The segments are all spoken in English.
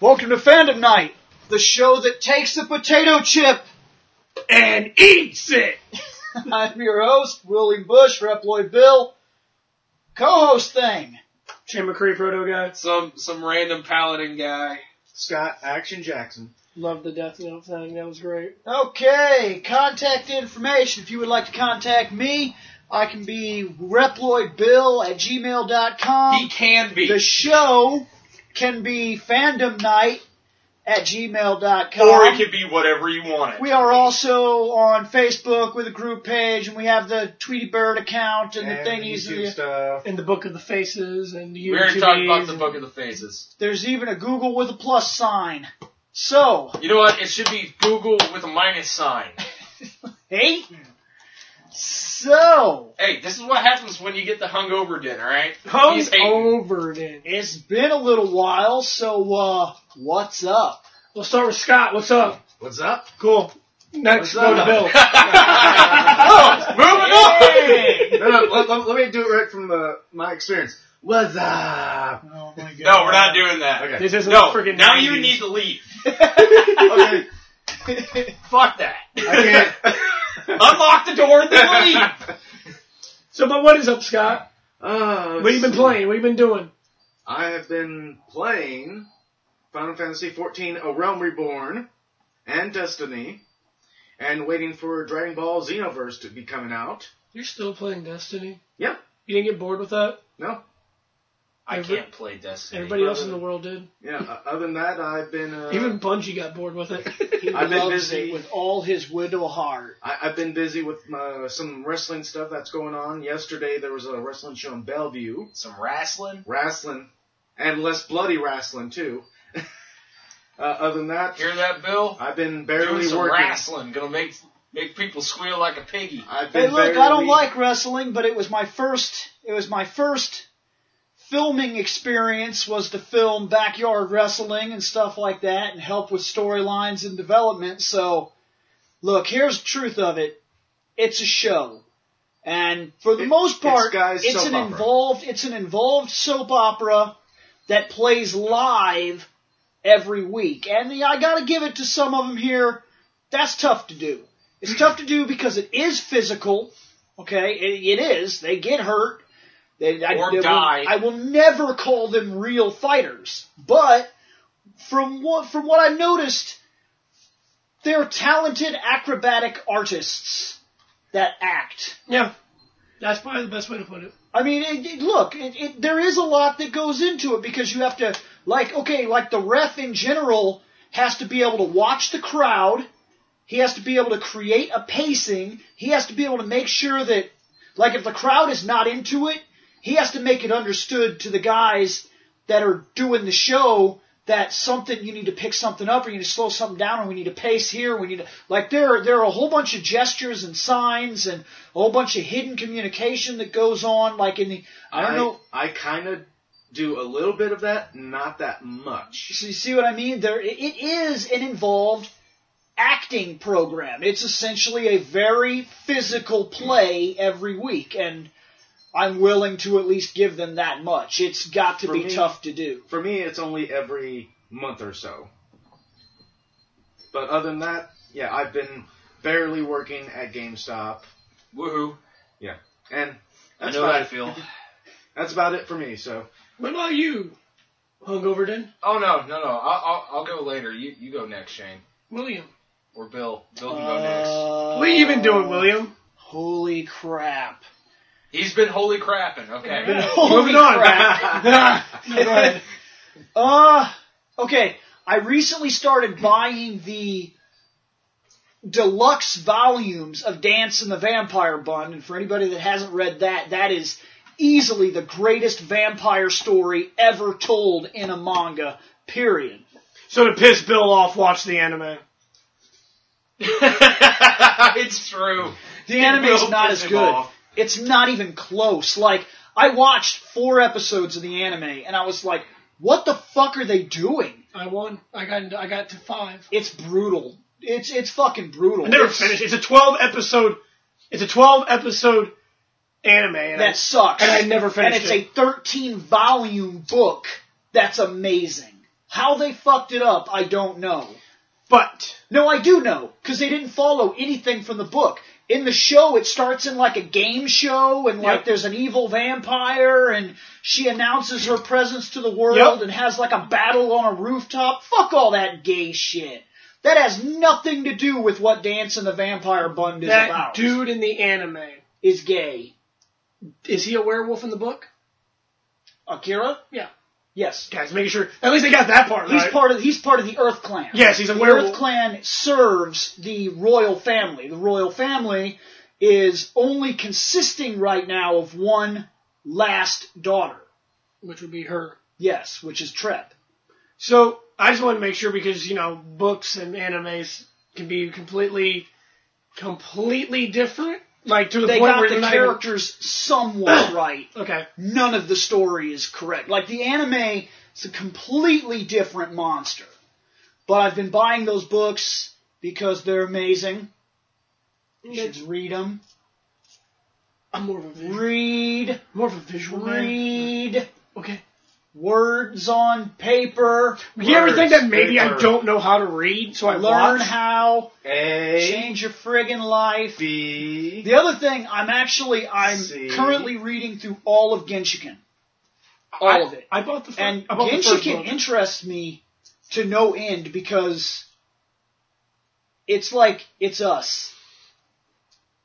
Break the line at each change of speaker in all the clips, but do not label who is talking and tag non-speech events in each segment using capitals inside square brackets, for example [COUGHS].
Welcome to Fandom Night, the show that takes a potato chip. [LAUGHS]
and eats it.
I'm your host, William Bush, Reploid Bill, co-host thing,
Tim McCree, Proto guy.
Some some random paladin guy.
Scott Action Jackson.
Love the Death Note thing. That was great.
Okay, contact information. If you would like to contact me, I can be reploidbill at
He
gmail.com.
can be.
Um, The show can be fandomnight at gmail.com.
or it can be whatever you want it.
um, we are also on Facebook with a group page, and we have the Tweety Bird account and, the thingies. And
YouTube
the,
stuff.
And the Book of the Faces and the
We already
YouTubes
talked about the
and-
Book of the Faces.
there's even a Google with a plus sign. So,
You know what? It should be Google with a minus sign.
hey, so
Hey, this is what happens when you get the hungover dinner, right? [LAUGHS] He's eight.
Hungover then.
it's been a little while. So, uh, what's up?
We'll start with Scott. What's up?
What's up?
Cool.
Next,
What's
go to
up?
Bill.
[LAUGHS] Oh, moving
No, no, let, let- let me do it right from uh, my experience. What's up?
[LAUGHS] Oh
[LAUGHS]
my god.
on. No, we're not doing that.
Okay.
This isn't
No,
freaking
now you
90s.
need to leave.
okay.
Fuck that.
I can't.
[LAUGHS] Unlock the door and then leave.
[LAUGHS]
So, but what is up, Scott?
Uh,
What you been playing? What you been doing?
I have been playing Final Fantasy XIV: A Realm Reborn and Destiny, and waiting for Dragon Ball Xenoverse to be coming out.
You're still playing Destiny.
Yeah.
You didn't get bored with that.
No,
I
Every-
can't play Destiny.
Everybody else in the world did.
yeah. o- Other than that, I've been uh,
Even Bungie got bored with it.
He
[LAUGHS] I've been
loves
busy.
it with all his widow heart.
I, I've been busy with my, some wrestling stuff that's going on. Yesterday there was a wrestling show in Bellevue,
Some wrestling.
wrestling, and less bloody wrestling too. [LAUGHS] uh, other than that,
Hear that, Bill?
I've been
Doing
barely
some
working.
wrestling. Gonna make make people squeal like a piggy.
I've been
Hey, look,
barely,
I don't like wrestling, but it was my first. It was my first filming experience was to film backyard wrestling and stuff like that, and help with storylines and development. So, look, here's the truth of it: it's a show, and for the
It-
most part,
it's guys'
it's
soap
an
opera.
involved. It's an involved soap opera that plays live every week, and the, I got to give it to some of them here. That's tough to do. It's tough to do because it is physical. Okay, it, it is. They get hurt. They, I,
Or
they will-
die.
I will never call them real fighters, but from what from what I noticed, they're talented acrobatic artists that act.
yeah. That's probably the best way to put it.
I mean, it, it, look, it, it, there is a lot that goes into it because you have to, like, okay, like the ref in general has to be able to watch the crowd. He has to be able to create a pacing. He has to be able to make sure that, like, if the crowd is not into it, he has to make it understood to the guys that are doing the show that something you need to pick something up or you need to slow something down or we need to pace here we need to like there are, there are a whole bunch of gestures and signs and a whole bunch of hidden communication that goes on like in the i don't know
I kind of do a little bit of that, not that much.
so you see what i mean there it- it is an involved acting program it's essentially a very physical play every week and i'm willing to at least give them that much it's got to
For
be
me-
tough to do
For me, it's only every month or so. But other than that, yeah, I've been barely working at GameStop,
Woohoo!
and
I
that's
know
about
that
it.
feel.
[LAUGHS] That's about it for me. So
What about you? Hungover then?
[LAUGHS] Oh no, no, no. I'll, I'll, I'll go later. You, you go next, Shane
William.
or Bill. Bill can go next.
Uh,
What you been doing, William? [LAUGHS]
Holy crap.
He's been holy crapping. Okay.
Holy
Moving on. [LAUGHS]
crap.
No, go ahead.
Uh, okay. I recently started buying the deluxe volumes of Dance and the Vampire Bund, and for anybody that hasn't read that, that is easily the greatest vampire story ever told in a manga, period.
So to piss Bill off, watch the anime.
[LAUGHS] it's true.
The anime's
will
not
piss
as
him
good.
off.
It's not even close. Like, I watched four episodes of the anime, and I was like, what the fuck are they doing?
I won. I got into, I got to five.
It's brutal. It's it's fucking brutal.
I never
It's-
finished. It's a twelve episode. It's a twelve episode anime. And I-
That sucks.
and I never
And
finished
it's
it.
a 13 volume book. That's amazing. How they fucked it up, I don't know.
But
No, I do know, because they didn't follow anything from the book. In the show, it starts in like a game show, and like
Yep.
there's an evil vampire, and she announces her presence to the world
Yep.
and has like a battle on a rooftop. Fuck all that gay shit. That has nothing to do with what Dance and the Vampire Bund is
that
about.
dude in the anime
is gay.
is he a werewolf in the book?
Akira?
Yeah.
Yes.
Guys, making sure at least they got that part
He's
right.
part of he's part of the Earth Clan.
yes, he's a
the
werewolf.
Earth Clan serves the royal family. The royal family is only consisting right now of one last daughter.
which would be her.
Yes, which is Trep.
So I just want to make sure because you know books and animes can be completely, completely different. Like to the
They
point
got
where
the
they're not even-
characters
[COUGHS]
somewhat right.
okay,
None of the story is correct. Like the anime, it's a completely different monster. But I've been buying those books because they're amazing. You should read them.
I'm more of a visual,
Read,
more of a visual man.
read.
Okay.
words on paper.
You ever think that maybe I
paper.
don't know how to read, so I
Learn
watch?
how.
A
Change your friggin' life.
B.
The other thing, I'm actually I'm
See?
currently reading through all of Genshiken, all
I,
of it,
I bought the first,
and
I bought the first
Genshiken
book.
interests me to no end because it's like it's us,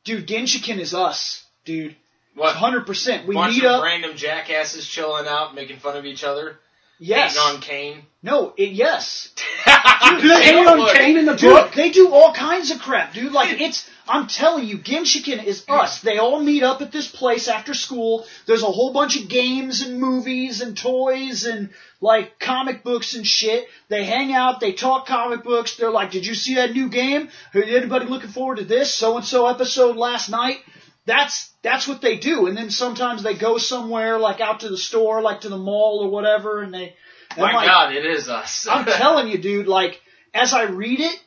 dude. Genshiken is us, dude.
What?
Hundred percent. We
bunch
meet
of
up.
random jackasses chilling out, making fun of each other,
Yes.
hating on Kane.
No. It, yes.
Dude, they
[LAUGHS]
hate on Kane in the
Dude,
book.
they do all kinds of crap, dude. Like it's, I'm telling you, Genshiken is us. They all meet up at this place after school. There's a whole bunch of games and movies and toys and like comic books and shit. They hang out. They talk comic books. They're like, "Did you see that new game? Hey, Anybody looking forward to this so and so episode last night?" That's that's what they do. And then sometimes they go somewhere like out to the store, like to the mall or whatever, and they. and,
My
like,
God, it is us.
Oh
[LAUGHS]
[LAUGHS]
I'm telling you, dude, like, as I read it,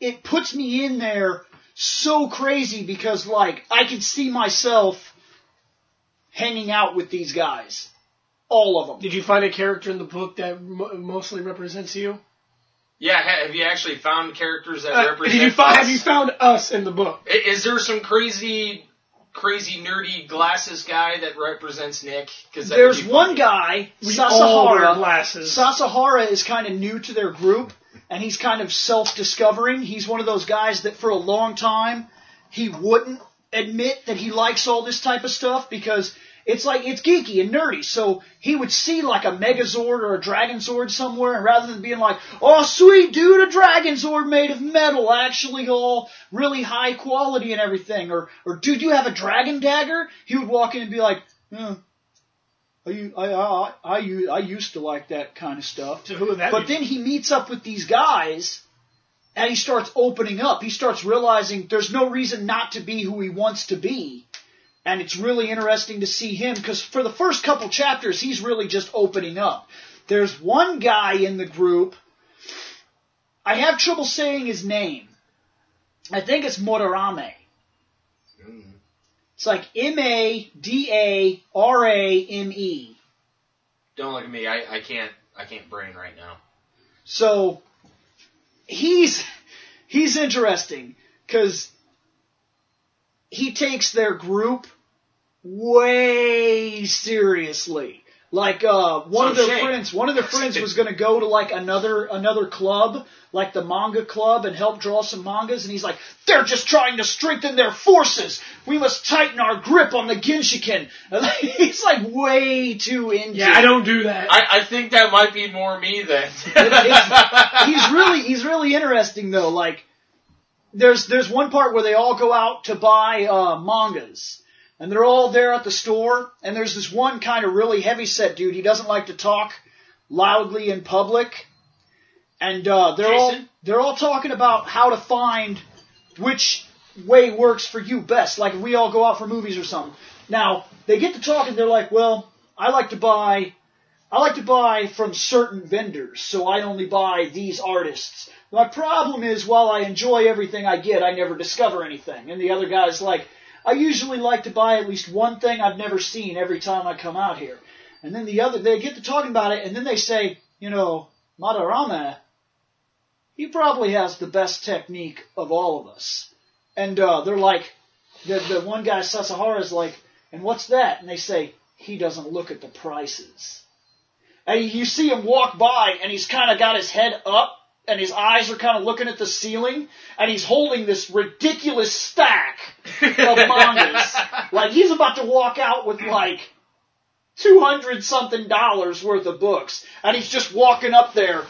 it puts me in there so crazy because, like, I can see myself hanging out with these guys. All of them.
Did you find a character in the book that mo- mostly represents you?
yeah, ha- have you actually found characters that
Uh,
represent?
did [LAUGHS] you find,
us?
have you found us in the book?
I- Is there some crazy, crazy nerdy glasses guy that represents Nick? Because
There's one guy,
We all wear
Sasahara.
glasses.
Sasahara is kind of new to their group, and he's kind of self-discovering. He's one of those guys that for a long time he wouldn't admit that he likes all this type of stuff because it's like it's geeky and nerdy. So he would see like a Megazord or a Dragonzord somewhere, and rather than being like, "Oh, sweet dude, a Dragonzord made of metal, actually all really high quality and everything," or "or dude, you have a Dragon dagger," he would walk in and be like, "Yeah, I u- I I I, u- I used to like that kind of stuff."
So who would that
But
be?
then he meets up with these guys and he starts opening up. He starts realizing there's no reason not to be who he wants to be. And it's really interesting to see him because for the first couple chapters, he's really just opening up. There's one guy in the group. I have trouble saying his name. I think it's Motorame. It's like M A D A R A M E.
Don't look at me. I, I can't. I can't brain right now.
So he's he's interesting because he takes their group way seriously. Like uh, one
So
of their
Shane.
friends, one of their
[LAUGHS]
friends was going to go to like another another club, like the manga club, and help draw some mangas. And he's like, "They're just trying to strengthen their forces. We must tighten our grip on the Genshiken." [LAUGHS] And he's like way too into
yeah, I don't do that.
I, I think that might be more me [LAUGHS] then.
It's- he's really he's really interesting though. Like there's there's one part where they all go out to buy uh, mangas, and they're all there at the store. And there's this one kind of really heavy set dude. He doesn't like to talk loudly in public, and uh, they're all
Jason?
they're all talking about how to find which way works for you best. Like if we all go out for movies or something. Now they get to talking. They're like, well, I like to buy. I like to buy from certain vendors, so I only buy these artists. My problem is, while I enjoy everything I get, I never discover anything. And the other guy's like, I usually like to buy at least one thing I've never seen every time I come out here. And then the other, they get to talking about it, and then they say, you know, Madarame, he probably has the best technique of all of us. And uh, they're like, the, the one guy, Sasahara, is like, and what's that? And they say, he doesn't look at the prices. And you see him walk by, and he's kind of got his head up, and his eyes are kind of looking at the ceiling, and he's holding this ridiculous stack
[LAUGHS]
of mangas. like, he's about to walk out with, like, 200 something dollars worth of books. And he's just walking up there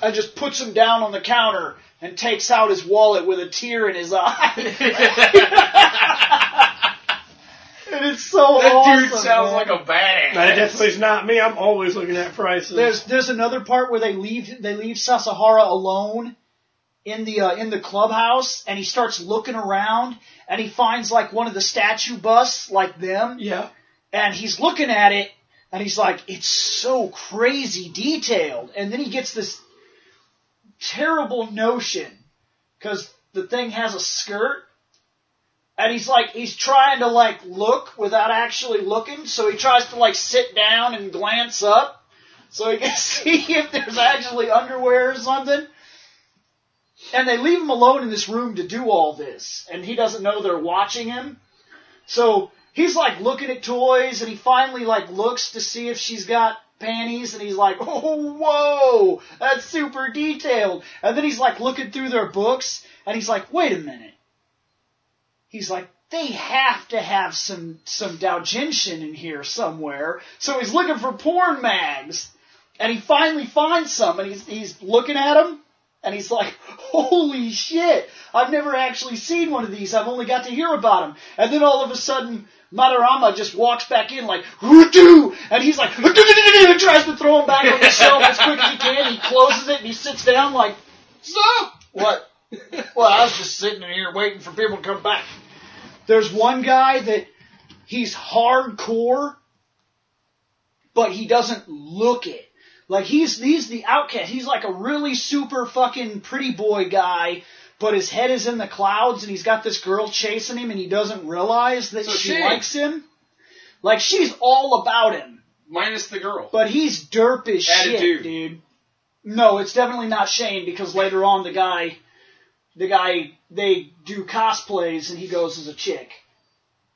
and just puts them down on the counter and takes out his wallet with a tear in his
[LAUGHS]
eye. [LAUGHS] and it's so
That
awesome.
dude sounds
man.
like a badass.
That definitely is not me. I'm always looking at prices.
There's there's another part where they leave they leave Sasahara alone in the uh, in the clubhouse, and he starts looking around, and he finds like one of the statue busts, like them,
yeah.
and he's looking at it, and he's like, it's so crazy detailed, and then he gets this terrible notion because the thing has a skirt. And he's like, he's trying to like look without actually looking, so he tries to like sit down and glance up, so he can [LAUGHS] see if there's actually underwear or something. And they leave him alone in this room to do all this, and he doesn't know they're watching him. So he's like looking at toys, and he finally like looks to see if she's got panties, and he's like, [LAUGHS] "Oh, whoa, that's super detailed." And then he's like looking through their books, and he's like, "Wait a minute." He's like, "They have to have some some Daojinshin in here somewhere." So he's looking for porn mags and he finally finds some, and he's he's looking at them, and he's like, "Holy shit! I've never actually seen one of these. I've only got to hear about them." And then all of a sudden, Madarama just walks back in like, "Hoodoo!" and he's like, [LAUGHS] "Hoodoo!" and tries to throw him back on the shelf as quick as he can. He closes it and he sits down like, "Stop!" What? Well, I was just sitting in here waiting for people to come back. There's one guy that he's hardcore, but he doesn't look it. Like he's he's the outcast. He's like a really super fucking pretty boy guy, but his head is in the clouds, and he's got this girl chasing him, and he doesn't realize that
So
she
she-
likes him. Like she's all about him,
Minus the girl.
but he's derp as shit,
Attitude.
dude. No, it's definitely not Shane because later on the guy, the guy they do cosplays, and he goes as a chick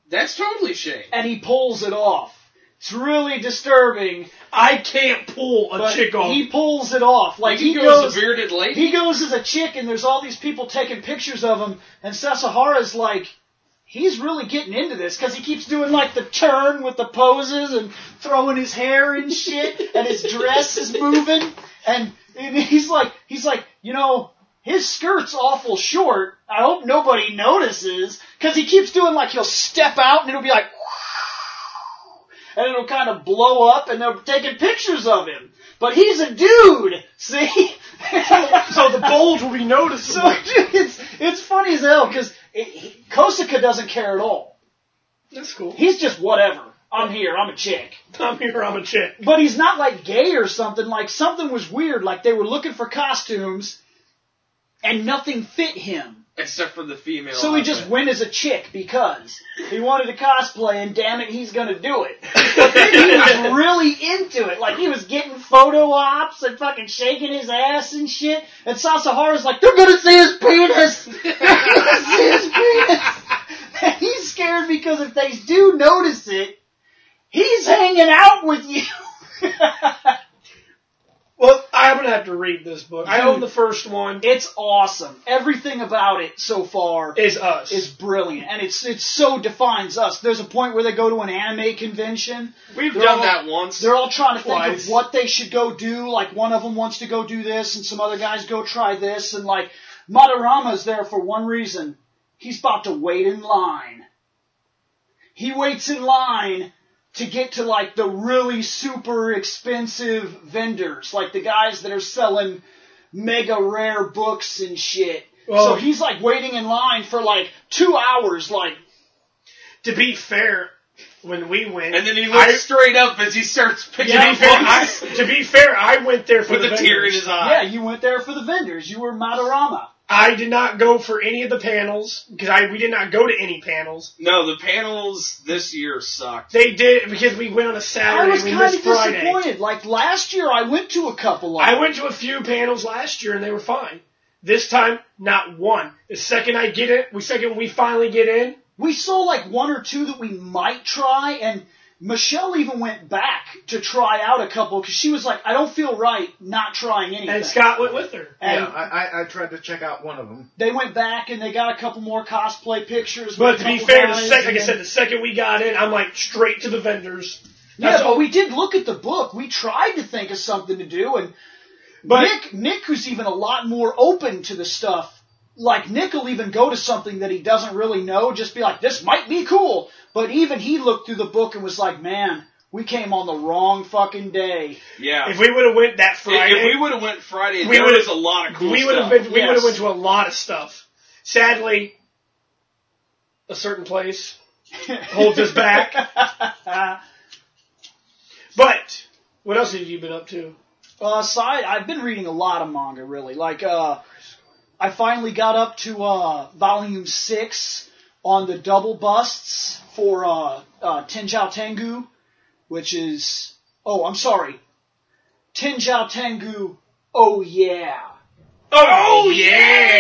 That's totally Shane.
and he pulls it off. It's really disturbing.
I can't pull a
But
chick off.
he pulls it off. Like he,
he,
goes,
goes, the bearded lady.
he goes as a chick, and there's all these people taking pictures of him. And Sasahara's like, he's really getting into this because he keeps doing like the turn with the poses and throwing his hair and shit, and his dress is moving. And, and he's like, he's like, you know, his skirt's awful short. I hope nobody notices because he keeps doing like he'll step out and it'll be like. and it'll kind of blow up, and they're taking pictures of him. But he's a dude, see?
[LAUGHS]
[LAUGHS]
so the bulge will be
so
noticeable.
it's it's funny as hell because Kosaka doesn't care at all.
[LAUGHS] That's cool.
He's just whatever. I'm here. I'm a chick.
I'm here. I'm a chick.
But he's not like gay or something. Like something was weird. Like they were looking for costumes, and nothing fit him.
Except for the female.
So he
[LAUGHS]
just
outfit.
went as a chick because he wanted to cosplay, and damn it, he's gonna do it. But then he was really into it. Like he was getting photo ops and fucking shaking his ass and shit. And Sasahara's like, "They're gonna see his penis. They're gonna see his penis." And he's scared because if they do notice it, he's hanging out with you. [LAUGHS]
Well, I'm gonna have to read this book. I own the first one.
it's awesome. Everything about it so far
Is us.
is brilliant, and it's it so defines us. There's a point where they go to an anime convention.
We've
they're
done
all-
that once.
They're all trying to think
Twice.
of what they should go do. Like one of them wants to go do this, and some other guys go try this, and like Madarama's there for one reason. He's about to wait in line. He waits in line to get to like the really super expensive vendors, like the guys that are selling mega rare books and shit. so
Well-
he's like waiting in line for like two hours, like
to be fair, when we went,
and then he looks straight up as he starts picking
to, be
up
fair,
[LAUGHS]
I,
books
to be fair, I went there for
with
the
a tear in his
vendors.
Yeah,
eye.
you went there for the vendors. You were Madarama.
I did not go for any of the panels because I we did not go to any panels.
No, the panels this year sucked.
They did it because we went on a Saturday.
I was
we
kind of
missed Friday.
disappointed. Like last year, I went to a couple of.
I
them.
went to a few panels last year and they were fine. This time, not one. The second I get it, we second we finally get in.
we saw like one or two that we might try, and Michelle even went back to try out a couple because she was like, "I don't feel right not trying anything."
And Scott went with her.
And
Yeah, I, I, I tried to check out one of them.
they went back and they got a couple more cosplay pictures.
But
with a
to be
couple
fair, the
guys,
second, like
and
I said,
then-
the second we got in, I'm like straight to the vendors.
yeah,
that's
but
all-
we did look at the book. We tried to think of something to do, and
But
Nick, Nick, who's even a lot more open to the stuff, like Nick will even go to something that he doesn't really know, just be like, "This might be cool," but even he looked through the book and was like, "Man, we came on the wrong fucking day."
Yeah.
if we would have went that
If-
Friday,
If we would have went Friday,
We
there
would've-
was a lot of cool
we would have
stuff.
been we
Yes.
would have went to a lot of stuff. Sadly, a certain place holds us
[LAUGHS]
back. But what else have you been up to?
Uh, so I, I've been reading a lot of manga, really. Like, uh, I finally got up to uh, volume six on the double busts for uh, uh, Tenjou Tengu, which is oh, I'm sorry, Tenjou Tengu. Oh yeah,
Oh, yeah!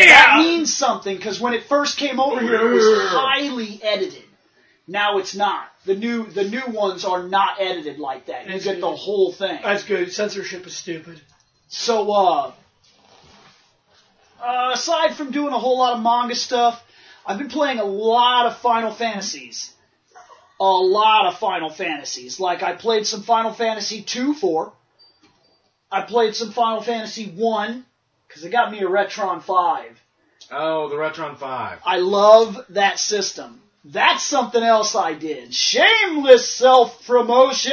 that means something because when it first came over here, it was highly edited. Now it's not. The new the new ones are not edited like that. You get the whole thing.
That's good. Censorship is stupid.
So, uh, uh, aside from doing a whole lot of manga stuff, I've been playing a lot of Final Fantasies. A lot of Final Fantasies. Like, I played some Final Fantasy 2 for. I played some Final Fantasy 1, because it got me a Retron 5.
Oh, the Retron 5.
I love that system. That's something else I did. Shameless self promotion!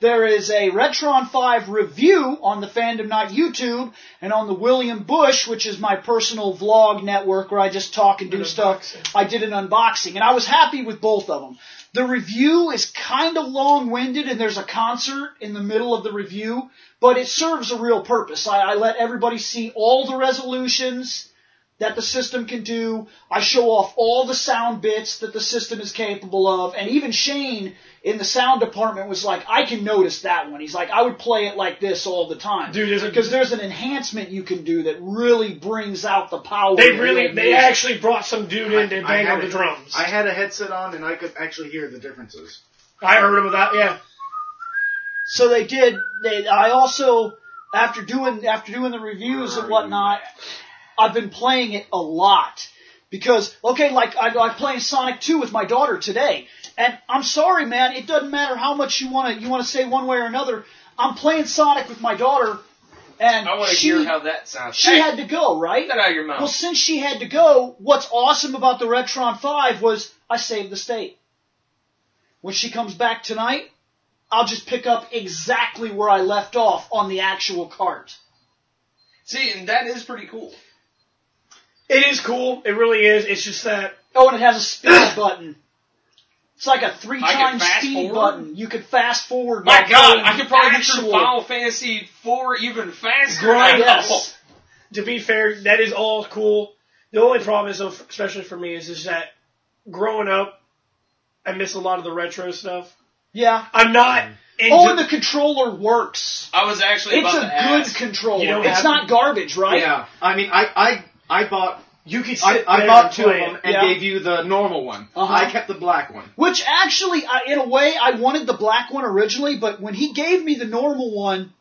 There is a Retron 5 review on the Fandom Not YouTube and on the William Bush, which is my personal vlog network where I just talk and do stuff. I did an unboxing and I was happy with both of them. The review is kind of long winded and there's a concert in the middle of the review, but it serves a real purpose. I, I let everybody see all the resolutions that the system can do. I show off all the sound bits that the system is capable of. And even Shane in the sound department was like, I can notice that one. He's like, I would play it like this all the time.
Dude, there's a-
because there's an enhancement you can do that really brings out the power.
They
of
really,
the
they
music.
actually brought some dude in to
I
bang
had
on the
it-
drums.
I had a headset on and I could actually hear the differences.
I heard him without, yeah.
So they did. They, I also, after doing after doing the reviews and whatnot, I've been playing it a lot because okay, like I, I'm playing Sonic Two with my daughter today, and I'm sorry, man, it doesn't matter how much you want to you want to say one way or another. I'm playing Sonic with my daughter, and
I want to
she
hear how that sounds.
she
Hey,
had to go right.
get that out of your mouth.
Well, since she had to go, what's awesome about the Retron 5 was I saved the state. When she comes back tonight, I'll just pick up exactly where I left off on the actual cart.
See, and that is pretty cool.
It is cool. It really is. It's just that
Oh, and it has a
[COUGHS]
speed button. It's like a three
I can
times
fast
speed
forward?
button. You could fast forward.
My
while
God,
playing
I could probably get through
actual-
Final Fantasy four even faster.
Grind
now.
Yes.
to be fair, that is all cool. The only problem is, especially for me, is is that growing up, I miss a lot of the retro stuff.
Yeah.
I'm not. Into,
Oh, and the controller works.
I was actually
It's
about
a
to
good
ask.
controller.
You don't
it's
have-
not garbage, right?
Yeah, I mean, I I I bought
you could
I,
sit
I
there
bought
and
two of
play
them
it.
and
Yeah.
gave you the normal one.
Uh-huh.
I kept the black one.
Which actually, I, in a way, I wanted the black one originally, but when he gave me the normal one,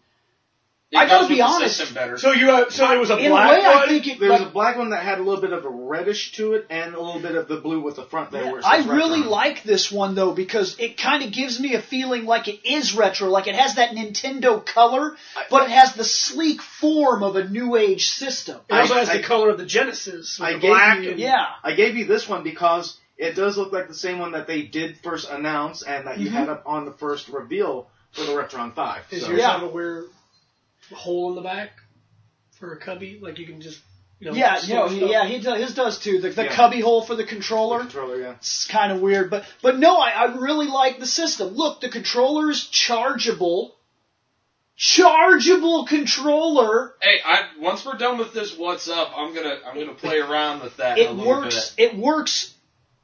It
I gotta
goes
be
with the
honest.
system better.
So you have, so there was a
in a way,
black
I
one.
think it.
There was
like-
a black one that had a little bit of a reddish to it and a little bit of the blue with the front there. where it
I
says
really
Retron.
like this one though because it kind of gives me a feeling like it is retro, like it has that Nintendo color, but it has the sleek form of a new age system.
it also
I-
has
I-
the color of the Genesis, with
I
the
gave
black
you-
and
Yeah,
I gave you this one because it does look like the same one that they did first announce and that you
Mm-hmm.
had up on the first reveal for the Retron Five.
Does
So-
yours
Yeah.
have a weird hole in the back for a cubby? Like you can just you know
yeah,
store
no,
stuff.
he, yeah, he does, his does too. The, the
Yeah.
cubby hole for the controller.
Controller, yeah.
It's kind of weird, but but no, I, I really like the system. Look, the controller is chargeable. chargeable controller.
Hey, I once we're done with this, what's up? I'm gonna I'm gonna play around with that. a
It
little
works. It works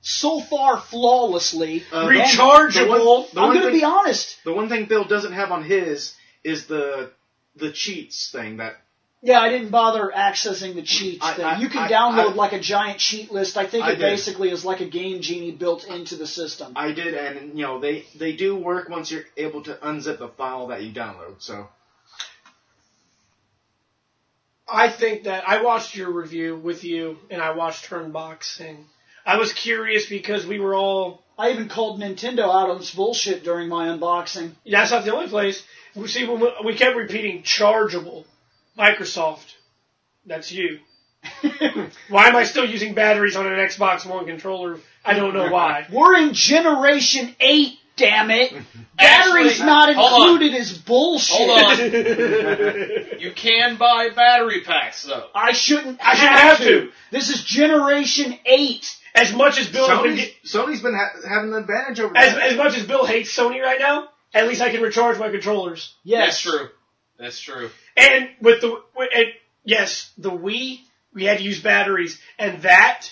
so far flawlessly.
Uh,
Rechargeable.
the one- the
I'm
one
going to
thing-
be honest.
The one thing Bill doesn't have on his is the the cheats thing that
Yeah, I didn't bother accessing the cheats
I-
thing.
I-
you can
I-
download
I-
like a giant cheat list. I think
I
it
did.
basically is like a game genie built into the system.
I did, and you know they they do work once you're able to unzip the file that you download. So
I think that I watched your review with you, and I watched Turnbox, and I was curious because we were all.
I even called Nintendo out on its bullshit during my unboxing. [LAUGHS]
That's not the only place. We see when we, we kept repeating chargeable, Microsoft. That's you. Why am I still using batteries on an Xbox One controller? I don't know [LAUGHS] why.
We're in Generation 8, damn it. Batteries
Actually,
not
hold on.
included is bullshit.
Hold on. you can buy battery packs though.
[LAUGHS] I shouldn't
I shouldn't have to.
This is Generation 8.
As much as Bill has been,
Sony's, Sony's been ha- having an advantage over
as,
that.
as much as Bill hates Sony right now, at least I can recharge my controllers.
Yes.
That's true. That's true.
And with the with- and yes, the Wii we had to use batteries, and that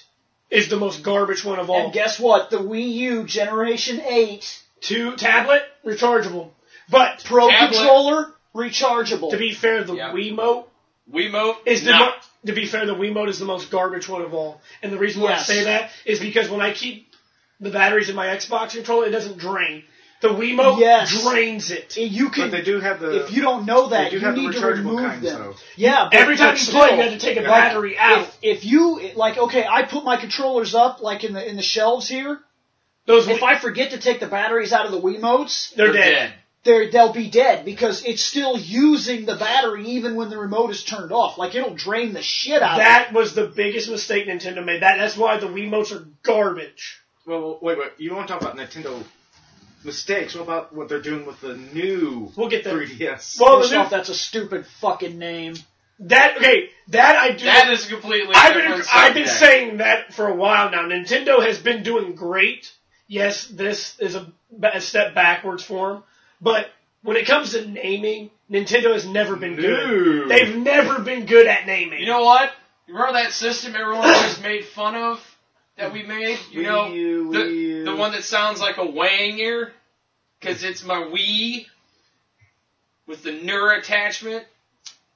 is the most garbage one of all.
And guess what? The Wii U Generation 8
Two tablet rechargeable, but
Pro
Tablet.
controller rechargeable.
to be fair, the
Yeah.
Wiimote
Wiimote
is the
not.
mo- to be fair, the Wiimote is the most garbage one of all. And the reason why
Yes.
I say that is because when I keep the batteries in my Xbox controller, it doesn't drain. The Wiimote
Yes.
drains it.
you
But
can
they do have the
if you don't know
they
that,
do
you
have the
need to
rechargeable
remove
kinds
them.
though.
Yeah, but,
Every time
but
you
still,
play, you have to take a
Yeah.
battery out.
if, if you like, okay, I put my controllers up like in the in the shelves here.
Those
If I forget to take the batteries out of the Wiimotes,
they're
They're
dead.
they're, they'll be dead because it's still using the battery even when the remote is turned off. Like it'll drain the shit out. of
That was the biggest mistake Nintendo made. That that's why the Wiimotes are garbage.
Well, wait, wait. You want to talk about Nintendo mistakes? What about what they're doing with the new
We'll get there.
3DS?
it.
Well,
First
the new-
off, that's a stupid fucking name.
that okay, that I do.
That is completely.
I've been
different
I've been
subject.
saying that for a while now. Nintendo has been doing great. Yes, this is a, a step backwards for them, but when it comes to naming, Nintendo has never been
No.
good. They've never been good at naming.
You know what? You remember that system everyone
[COUGHS]
always made fun of that we made? You
Wii
know,
U,
the,
Wii U.
the one that sounds like a wang ear? Because it's my Wii with the Nura attachment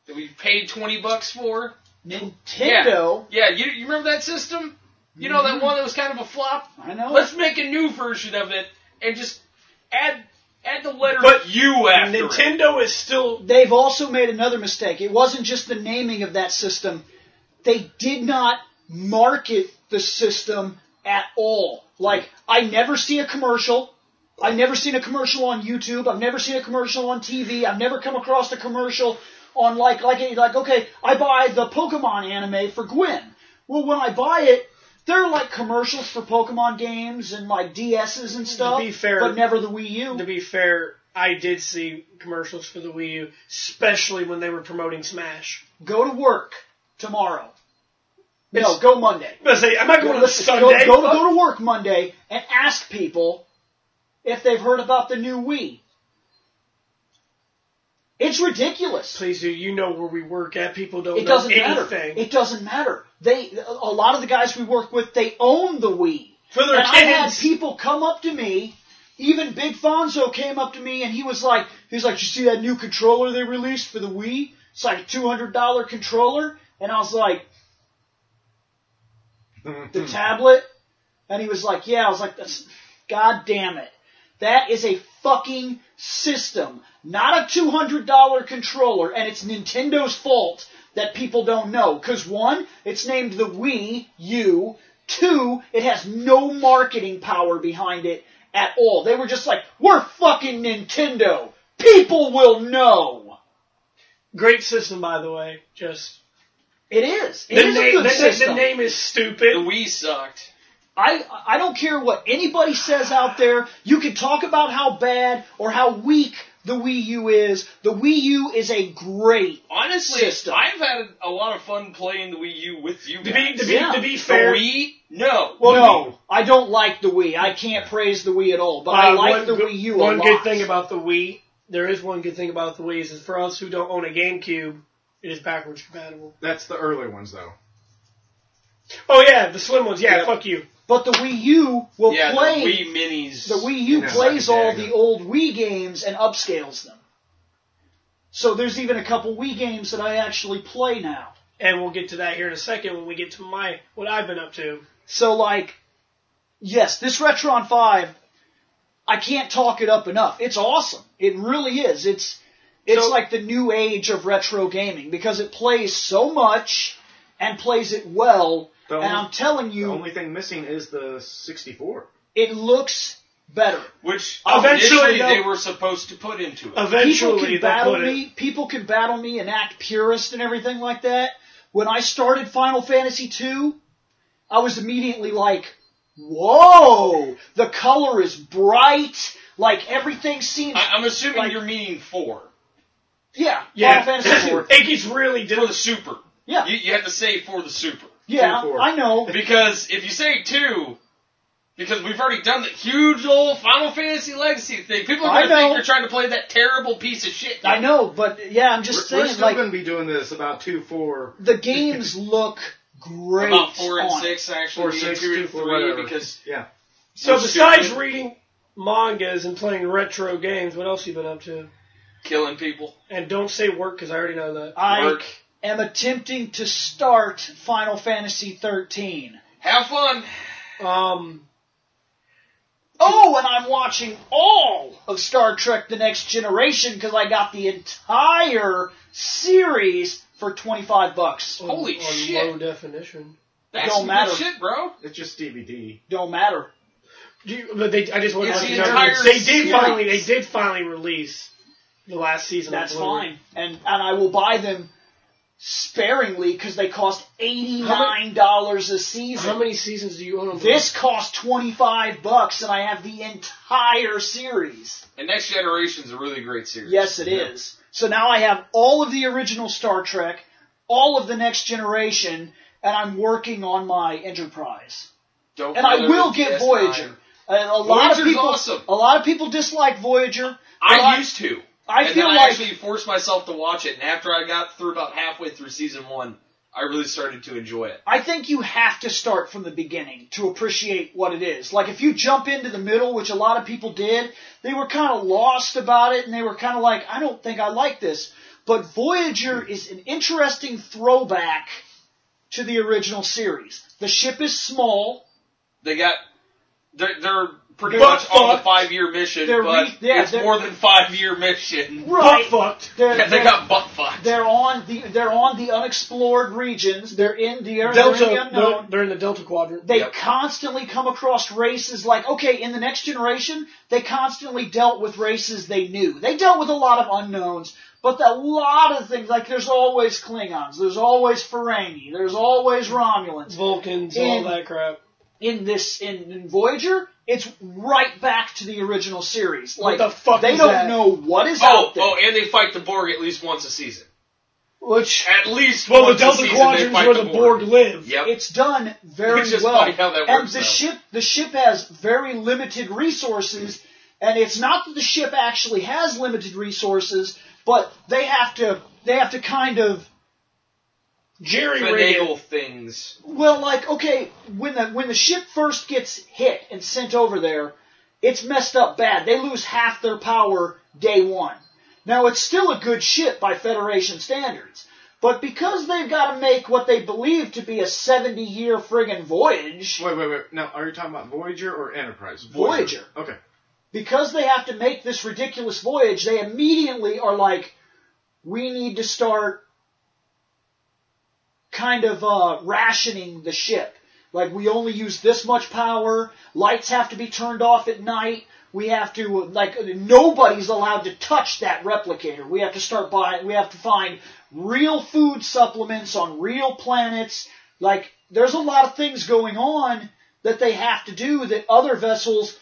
that we paid 20 bucks for.
Nintendo.
Yeah, you, you remember that system? You know
Mm-hmm.
that one that was kind of a flop?
I
Oh.
know.
Let's make a new version of it and just add add the letter
But
U after it.
Nintendo is still
They've also made another mistake. It wasn't just the naming of that system. They did not market the system at all. Like, I never see a commercial. I've never seen a commercial on YouTube. I've never seen a commercial on TV. I've never come across a commercial on like like like okay, I buy the Pokemon anime for Gwen. Well, when I buy it, there are like commercials for Pokemon games and like DSs and stuff.
be fair-
but never the Wii U.
To be fair, I did see commercials for the Wii U, especially when they were promoting Smash.
go to work tomorrow. No, go Monday.
I was gonna say, I'm not going to
Listen,
Sunday.
Go, go, go to work Monday and ask people if they've heard about the new Wii. It's ridiculous.
Please do. You know where we work at. People don't
it
know
doesn't matter.
anything.
It doesn't matter. They a a lot of the guys we work with they own the Wii.
for their
and I had
kids.
people come up to me. Even Big Fonzo came up to me and he was like, he was like, you see that new controller they released for the Wii? It's like a two hundred dollar controller, and I was like, the tablet, and he was like, yeah. I was like, that's, God damn it, that is a fucking system, not a two hundred dollar controller, and it's Nintendo's fault that people don't know. Cause one, it's named the Wii U. Two, it has no marketing power behind it at all. They were just like, we're fucking Nintendo. People will know.
Great system, by the way. Just
It is. It
the,
is
name,
a good
the,
system.
the name is stupid.
The Wii sucked.
I I don't care what anybody says out there. You can talk about how bad or how weak the Wii U is. The Wii U is a great.
Honestly,
System.
I've had a lot of fun playing the Wii U with you
to
guys.
be to be,
Yeah.
to be
The
fair,
Wii? No.
Well, no, I don't like the Wii. I can't praise the Wii at all, but I
uh,
like
one
the
good-
Wii U a
One
lot.
good thing about the Wii there is one good thing about the Wii is for us who don't own a GameCube, it is backwards compatible.
That's the early ones, though.
Oh yeah, the slim ones. Yeah,
Yep.
fuck you.
But the Wii U will
yeah,
play
the Wii Minis.
the Wii U
Yeah,
plays
yeah,
all
yeah.
the old Wii games and upscales them. So there's even a couple Wii games that I actually play now.
And we'll get to that here in a second when we get to my what I've been up to.
So like, yes, this Retron Five, I can't talk it up enough. It's awesome. It really is. It's it's
So-
like the new age of retro gaming because it plays so much and plays it well.
The
and
only-
I'm telling
The
you,
only thing missing is the 64.
it looks better.
Which
Eventually,
eventually
though-
they were supposed to put into it.
people
Eventually,
can
they'll
battle
put
me.
it.
People can battle me and act purist and everything like that. When I started Final Fantasy II, I was immediately like, "Whoa! The color is bright. Like everything seems
I, I'm assuming
Like-
you're meaning four
yeah,
Yeah,
Final
[LAUGHS]
Fantasy IV.
it gets really
for
difficult.
the super.
Yeah,
You, you have to say for the super
yeah,
four.
I know.
because if you say two, because we've already done the huge old Final Fantasy Legacy thing, people
I
are going to think
know.
you're trying to play that terrible piece of shit.
I know, but yeah, I'm
We're,
just
we're
saying
still
like
going to be doing this about 2, 4.
the games look great.
About four and
on it.
six actually,
Four,
being
six,
two and
two, four,
three
whatever.
because
Yeah.
So
we're
besides
stupid,
reading mangas and playing retro games, what else you been up to?
killing people,
And don't say work because I already know that.
I
work,
am attempting to start Final Fantasy 13.
have fun.
Um,
Oh, and I'm watching all of Star Trek The Next Generation because I got the entire series for 25 bucks.
on,
Holy
on
shit.
Low definition.
That's
Don't
some
matter.
good shit, bro.
It's just DVD.
Don't matter.
Do you, but they, I just want to
It's
let
the
you know
entire
they did
series.
finally they did finally release the last season. on
That's
Blu-ray.
fine. And and I will buy them sparingly because they cost $89 a season.
How many seasons do you own? on Blu-ray?
this cost 25 bucks and I have the entire series.
And Next Generation's a really great series.
Yes, it is. So now I have all of the original Star Trek, all of the Next Generation, and I'm working on my Enterprise.
Don't
and I
bother
will
with
get
DS9.
Voyager. Uh, a lot of
Voyager's
people,
awesome.
a lot of people dislike Voyager. but
I used to.
I
and
feel
then I
like
actually forced myself to watch it, and after I got through about halfway through season one, I really started to enjoy it.
I think you have to start from the beginning to appreciate what it is. Like if you jump into the middle, which a lot of people did, they were kind of lost about it and they were kind of like, I don't think I like this. But Voyager is an interesting throwback to the original series. The ship is small.
They got they're, they're pretty
But
much on the
fucked.
five year mission,
They're
but
re- yeah,
it's
they're-
more than five year mission.
[LAUGHS]
Butt
Right.
fucked.
They're,
Yeah, [LAUGHS] they
they're-
got butt fucked.
they're on the they're on the unexplored regions. They're in the they're in
Delta.
the
They're,
unknown.
they're in the Delta Quadrant.
They
Yep.
constantly come across races like, okay, in the next generation, they constantly dealt with races they knew. They dealt with a lot of unknowns, but a lot of things, like there's always Klingons, there's always Ferengi, there's always Romulans.
Vulcans,
In-
all that crap.
In this, in, in Voyager, it's right back to the original series. Like,
What the fuck
they
is
don't
that?
know what is
oh,
out there.
oh, and they fight the Borg at least once a season.
Which,
At least
Well,
once
the
a
Delta
season,
Quadrant's
they fight
where the Borg live.
Yep.
it's done very
Which is
well.
funny how that
and
works
the
out.
ship the ship has very limited resources, and it's not that the ship actually has limited resources, but they have to they have to kind of
Jerry Reagan.
finagle things.
well, like okay, when the when the ship first gets hit and sent over there, it's messed up bad. They lose half their power day one. Now it's still a good ship by Federation standards, but because they've got to make what they believe to be a seventy year friggin' voyage,
Wait, wait, wait. Now, are you talking about Voyager or Enterprise?
Voyager.
Okay.
because they have to make this ridiculous voyage, they immediately are like, we need to start kind of uh, rationing the ship. Like, we only use this much power, lights have to be turned off at night. We have to like nobody's allowed to touch that replicator. We have to start buying. We have to find real food supplements on real planets. Like there's a lot of things going on that they have to do that other vessels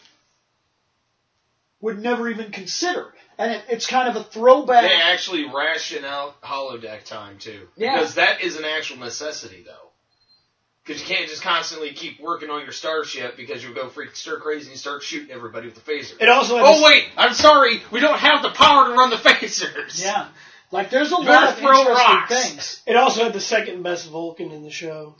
would never even consider. And it, it's kind of a throwback.
They actually ration out holodeck time too.
Yeah.
Because that is an actual necessity though. Because you can't just constantly keep working on your starship because you'll go freak stir crazy and start shooting everybody with the phaser.
It also had
Oh
this-
wait, I'm sorry, we don't have the power to run the phasers.
Yeah. Like there's a lot
You better
of
throw
interesting
rocks.
things.
It also had the second best Vulcan in the show.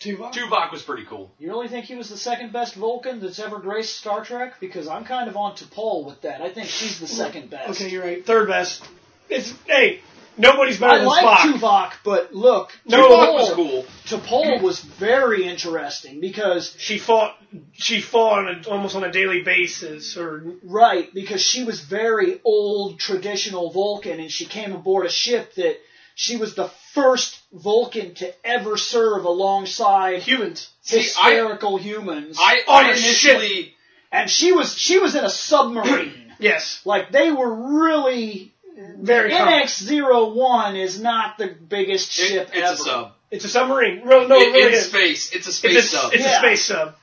Tuvok.
Tuvok was pretty cool.
You really think he was the second best Vulcan that's ever graced Star Trek? Because I'm kind of on to Paul with that. I think he's the second best.
Okay, you're right. Third best. It's hey, nobody's better
I
than
like
Spock.
Tuvok, but look,
No,
Tuvok was cool.
T'Pol was very interesting because
She fought. She fought on a, almost on a daily basis, or
Right, because she was very old, traditional Vulcan, and she came aboard a ship that she was the first Vulcan to ever serve alongside
humans.
hysterical humans.
I,
On
I
a
initially
and she was she was in a submarine.
Yes,
like they were really
very. common.
NX-01 is not the biggest
it-
ship
it's
ever.
a sub.
It's a submarine. Real, no,
It-
it, Oh, really
it's
is.
space. It's a space
It's, a,
sub.
it's
Yeah.
a space sub,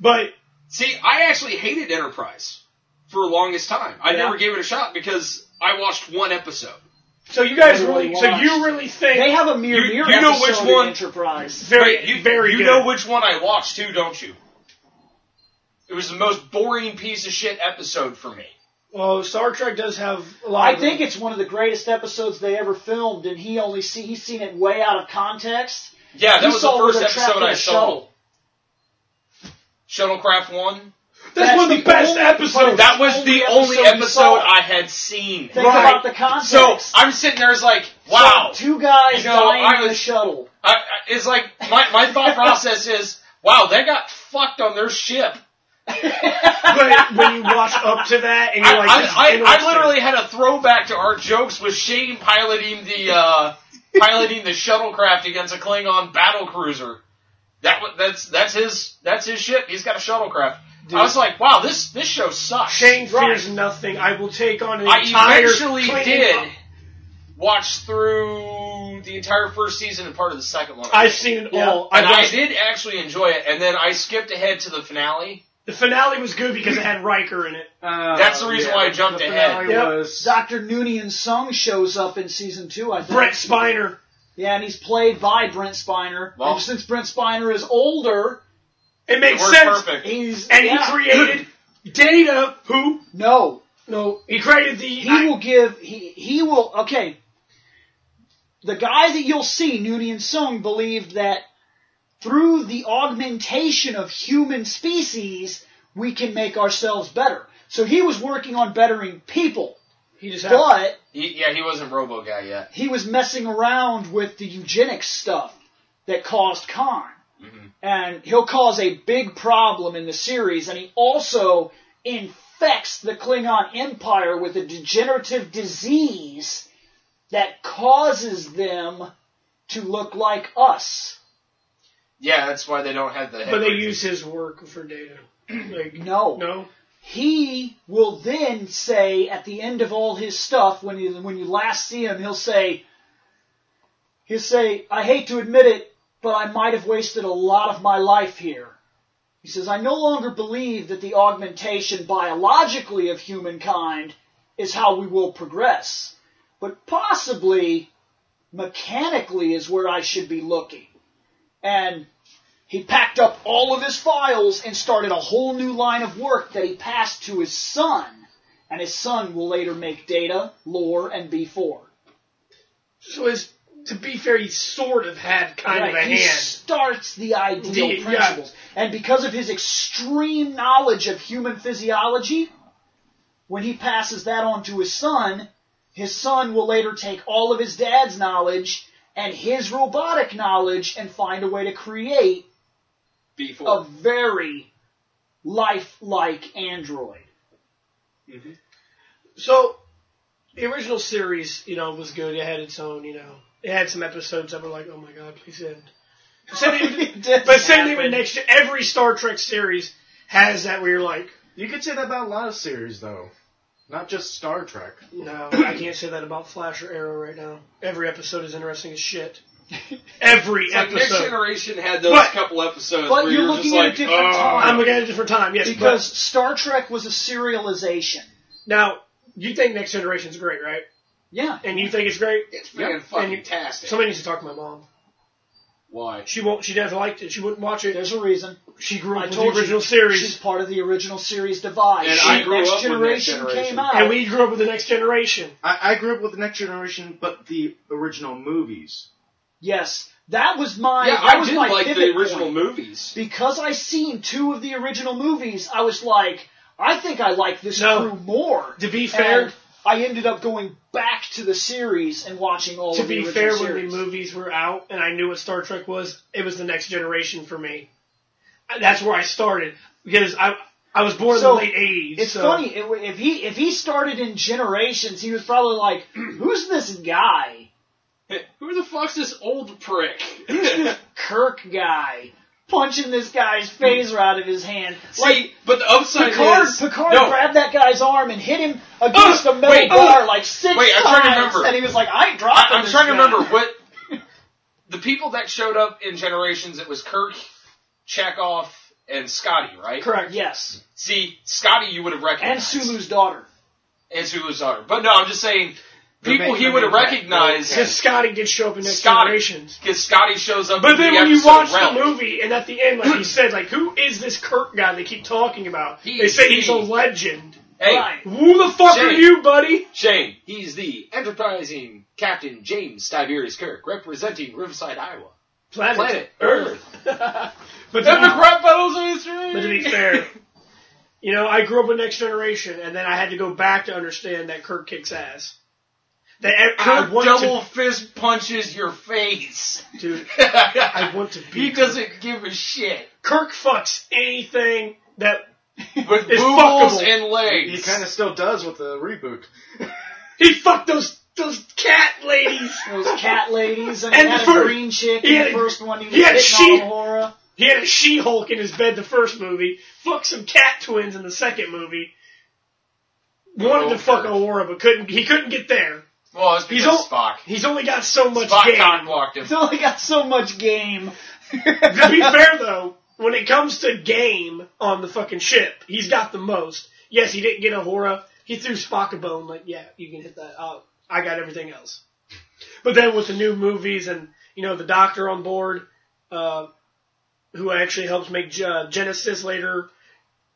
but
See, I actually hated Enterprise for the longest time. I
Yeah.
never gave it a shot because I watched one episode.
so you guys
Never really
really, so you
watched.
really think
They have a mere
You-
mere
you know
episode
which
in
one-
Enterprise.
very,
Wait, you,
very.
you
good.
know which one I watched too, don't you? It was the most boring piece of shit episode for me.
Well, Oh, Star Trek does have a lot.
I
of
think it's one of the greatest episodes they ever filmed, and he only see he's seen it way out of context.
Yeah, that
You
was the
saw where
first
they're trapped
episode
in
I
a
saw. Shuttlecraft One.
that's, one of the,
the
best
only-
episodes.
That was
Only
the only
episode you
episode
saw.
I had seen.
Think
Right.
about the context.
So I'm sitting there, it's like, wow.
Two guys
You know,
dying
I
in the
was-
shuttle.
I, I, it's like my, my thought process is, wow, they got fucked on their ship.
but when you watch up to that, and
I,
you're like, this is
I, I, I
interesting.
literally had a throwback to our jokes with Shane piloting the uh, piloting the shuttlecraft against a Klingon battle cruiser. That wa- that's that's his that's his ship. He's got a shuttlecraft. I was like, wow, this this show sucks.
Shane fears nothing. I will take on an
I
entire.
eventually
Klingon-
did watch through the entire first season and part of the second one.
I've seen it
Yeah.
all.
and
I've
I
watched-
did actually enjoy it, and then I skipped ahead to the finale.
The finale was good because it had Riker in it.
Uh,
That's the reason why I jumped
the
ahead.
finale
Yep.
was-
Dr. Noonien Sung shows up in season two, I think.
Brett Spiner.
Yeah, and he's played by Brent Spiner.
Well-
and since Brent Spiner is older,
It
It
makes
worked
sense.
perfect.
he's
And
yeah.
he created Data, who
No.
no, he created the
He
I-
will give he he will okay. The guy that you'll see, Noonien Sung, believed that through the augmentation of human species, we can make ourselves better. So he was working on bettering people.
he just had
But
He, yeah, he wasn't Robo Guy yet.
he was messing around with the eugenics stuff that caused Khan. And he'll cause a big problem in the series, and he also infects the Klingon Empire with a degenerative disease that causes them to look like us.
Yeah, that's why they don't have the.
but they use his work for Data. Like
No.
no,
he will then say at the end of all his stuff when you when you last see him he'll say he'll say i hate to admit it but i might have wasted a lot of my life here he says i no longer believe that the augmentation biologically of humankind is how we will progress but possibly mechanically is where i should be looking and he packed up all of his files and started a whole new line of work that he passed to his son. And his son will later make Data, Lore, and B4.
so as to be fair, he sort of had kind of a
Right, He
hand.
starts the ideal
The- yeah.
principles. And because of his extreme knowledge of human physiology, when he passes that on to his son, his son will later take all of his dad's knowledge and his robotic knowledge and find a way to create
before.
a very lifelike android.
So the original series, you know, was good. It had its own, you know, it had some episodes that were like, oh my god, please end. Same thing-
It
but same thing
happened.
with next gen. Every Star Trek series has that where you're like,
You could say that about a lot of series, though. Not just Star Trek.
No, I can't say that about Flash or Arrow right now. Every episode is interesting as shit. Every
Like, Next
episode.
Generation had those
But-
couple episodes
but
where
you're
you're
looking
just
at a
like, "Oh."
different
"Ugh."
time.
I'm looking at a different time, yes.
Because Star Trek was a serialization.
but- now you think Next Generation's great, right?
Yeah.
And you think it's great.
It's been
And you-
fucking fantastic.
Somebody needs to talk to my mom.
Why?
She won't. She doesn't like it. She wouldn't watch it.
There's a reason.
She grew up
I
with
told
the original
you, she's
series,
part of the original series divide.
And
She-
I grew
Next
up with Next
Generation
Generation.
came out.
and we grew up with the Next Generation.
I, I grew up with the Next Generation, but the original movies.
yes, that was my.
yeah,
that
I
was
did
my
like the
pivot
original
point.
movies.
because I seen two of the original movies. I was like, I think I like this
No.
crew more.
To be fair,
And I ended up going back to the series and watching all
to
of the
be
original
fair, when the
series.
movies were out and I knew what Star Trek was, it was the Next Generation for me. Uh, That's where I started because I I was born
So,
in the late '80s.
It's
so
funny it, if he if he started in Generations, he was probably like, [CLEARS THROAT] "Who's this guy?
[LAUGHS] Who the fuck's this old prick? [LAUGHS]
Kirk guy punching this guy's phaser out of his hand?" like
See, but the upside
Picard,
is
Picard
no,
grabbed that guy's arm and hit him against
Ugh,
a metal
wait, uh,
bar like six
wait, I'm
times,
trying to remember.
and he was like, "I ain't dropping."
I, I'm
this
trying to
guy."
remember what [LAUGHS] the people that showed up in Generations. It was Kirk, Chekhov, and Scotty, right?
correct?
Yes,
See, Scotty, you would have
and
recognized,
Sulu's daughter.
and Sulu's daughter. But no, I'm just saying
The
people
main-
he
the
would have
main guy.
recognized
Because Scotty did show up in Next
Scotty.
Generations.
because Scotty shows up.
But
in
then
the
when you
episode
watch
Relic.
the movie and at the end, like you said, like who is this Kirk guy they keep talking about?
He-
they say he's a
he-
legend.
hey,
Right.
Who the fuck are
Jay.
you, buddy?
Shane, he's the enterprising Captain James Tiberius Kirk, representing Riverside, Iowa.
Planet,
Planet Earth.
[LAUGHS] But
Then
then
the crap battles in his
But to
[LAUGHS]
be fair, you know, I grew up with Next Generation, and then I had to go back to understand that Kirk kicks ass. That e- I, I
Kirk
want
double
to,
fist punches your face.
dude,
I [LAUGHS]
I want to be
He doesn't give a shit.
Kirk fucks anything that
With
It's
boobs
fuckable.
and
He
legs.
kind of still does with the reboot.
he fucked those those cat ladies.
Those cat ladies, and,
And
he had
the
a
fir-
green chick.
he
in
had-
the first one, he was
he had
hitting
she-
on [LAUGHS] Laura.
He had a She Hulk in his bed the first movie. Fucked some cat twins in the second movie. Wanted to
Oh,
fuck
Kirk.
Aurora, but couldn't. He couldn't get there.
well, it's because
He's all-
Spock.
He's only got so much
Spock
game.
cock blocked him.
They only got so much
[LAUGHS]
game.
to be fair though, when it comes to game on the fucking ship, he's got the most. Yes, he didn't get a Hora. He threw Spock a bone, like, yeah, you can hit that. Uh, I got everything else. But then with the new movies and, you know, the doctor on board, uh, who actually helps make Ge- uh, Genesis later,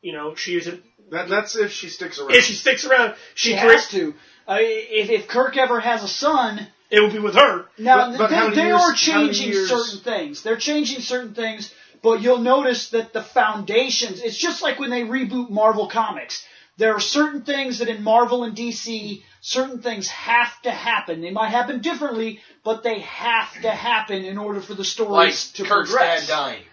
you know, she isn't,
That, that's if she sticks around.
if she sticks around, she,
She has
creates,
to. I if, if Kirk ever has a son,
it will be with her.
Now
But- but
they,
how many
they
years-
are
how many
changing
years-
certain things. They're changing certain things, but you'll notice that the foundations. It's just like when they reboot Marvel comics. There are certain things that in Marvel and DC, certain things have to happen. They might happen differently, but they have to happen in order for the stories
Like
to
Kirk's
progress.
dad dying.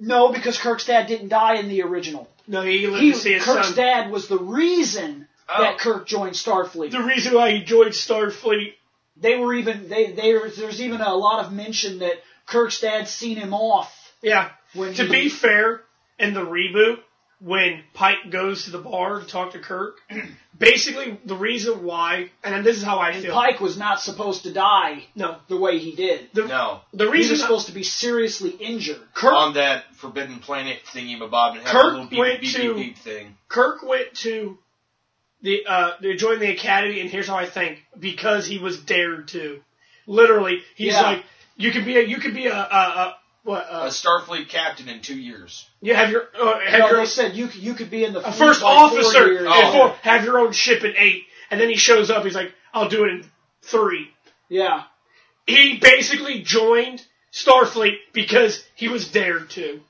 No, because Kirk's dad didn't die in the original.
No, he lived
He,
to see his
Kirk's
son.
dad was the reason
Oh.
that Kirk joined Starfleet.
the reason why he joined Starfleet
they were even they they there's even a lot of mention that Kirk's dad seen him off
Yeah.
When
to
he-
be fair, in the reboot, when Pike goes to the bar to talk to Kirk, [CLEARS THROAT] basically the reason why, and this is how I feel.
Pike was not supposed to die
no,
the way he did.
the,
No.
the
He
reason
was supposed to be seriously injured.
Kirk
On that Forbidden Planet thingy mabob and had
Kirk
a little beep,
went
beep,
to-
beep, beep thing.
Kirk went to the uh, to join the academy, and here's how I think because he was dared to. Literally, he's
Yeah.
like, you could be a, you could be a, a, a what?
A
Uh,
Starfleet captain in two years.
you have your uh, have
No,
your
they said you c- you could be in the
a
fleet
first
by Four
officer
years.
Oh.
and four, have your own ship at eight, and then he shows up. He's like, I'll do it in three.
Yeah,
he basically joined Starfleet because he was dared to.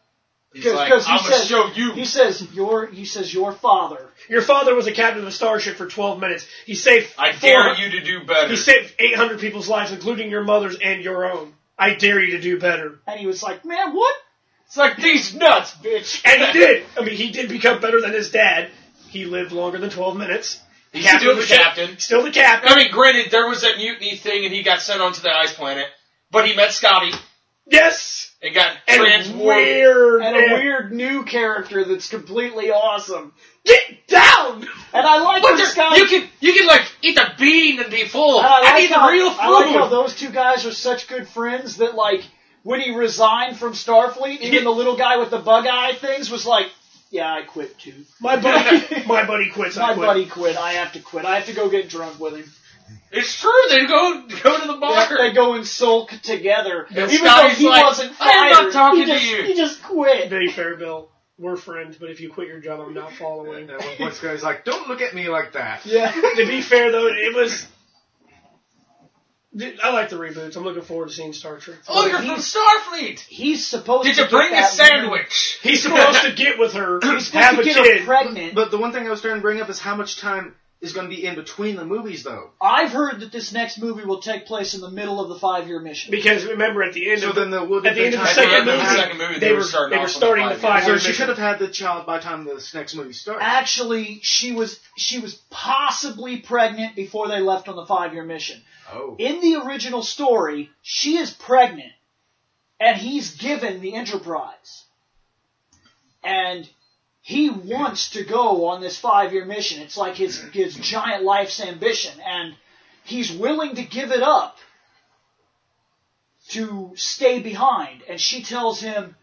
He's
'Cause-
like,
'cause he
I'm gonna
said-
show you.
he says your he says your father.
Your father was a captain of a starship for 12 minutes. He saved
I
four-
dare you to do better.
He saved 800 people's lives, including your mother's and your own. I dare you to do better.
And he was like, man, what?
it's like these nuts, [LAUGHS] bitch.
And he did. I mean, he did become better than his dad. He lived longer than 12 minutes.
He's still the
was a-
captain.
Still the captain.
I mean, granted, there was that mutiny thing, and he got sent onto the ice planet, but he met Scotty
yes.
and got
And
transformed.
weird.
And
man.
a weird new character that's completely awesome.
Get down.
And I like
But
when
there-
Scotty
you can you can like eat a bean and be full.
And Uh, I, like
I need
how,
real food.
I like how those two guys are such good friends that like when he resigned from Starfleet, even the little guy with the bug eye things was like, "Yeah, I quit too.
My buddy. my buddy quits. I
My
quit.
buddy quit. I have to quit. I have to go get drunk with him."
It's true. They go go to the bar.
They, they go and sulk together.
And
Even
Scotty's
though he
like,
wasn't
"I'm
fired,
not talking
he
to
just,
you."
He just quit.
Vinny Fairbill, we're friends, but if you quit your job, I'm not following.
At one point, Scotty's like, "Don't look at me like that."
Yeah.
[LAUGHS] to be fair though, it was. Dude, I like the reboots. I'm looking forward to seeing Star Trek.
oh, you're from Starfleet.
He's supposed
Did
to
you bring
get
a
that
sandwich?
He's supposed to get with her,
[CLEARS THROAT] He's supposed
have
to
a
get
kid.
her pregnant.
But the one thing I was trying to bring up is how much time is going to be in between the movies, though.
I've heard that this next movie will take place in the middle of the five-year mission.
because remember at the end
So
of
then there will be
at the end of the
time-
second
At the end of
movie,
the second movie,
they,
they were
were
starting
they
off on
were
the
starting the
five-year
five.
So she could have had the child by the time this next movie starts.
Actually, she was she was possibly pregnant before they left on the five-year mission.
Oh.
In the original story, she is pregnant, and he's given the Enterprise, and he wants to go on this five-year mission. It's like his his giant life's ambition, and he's willing to give it up to stay behind. And she tells him,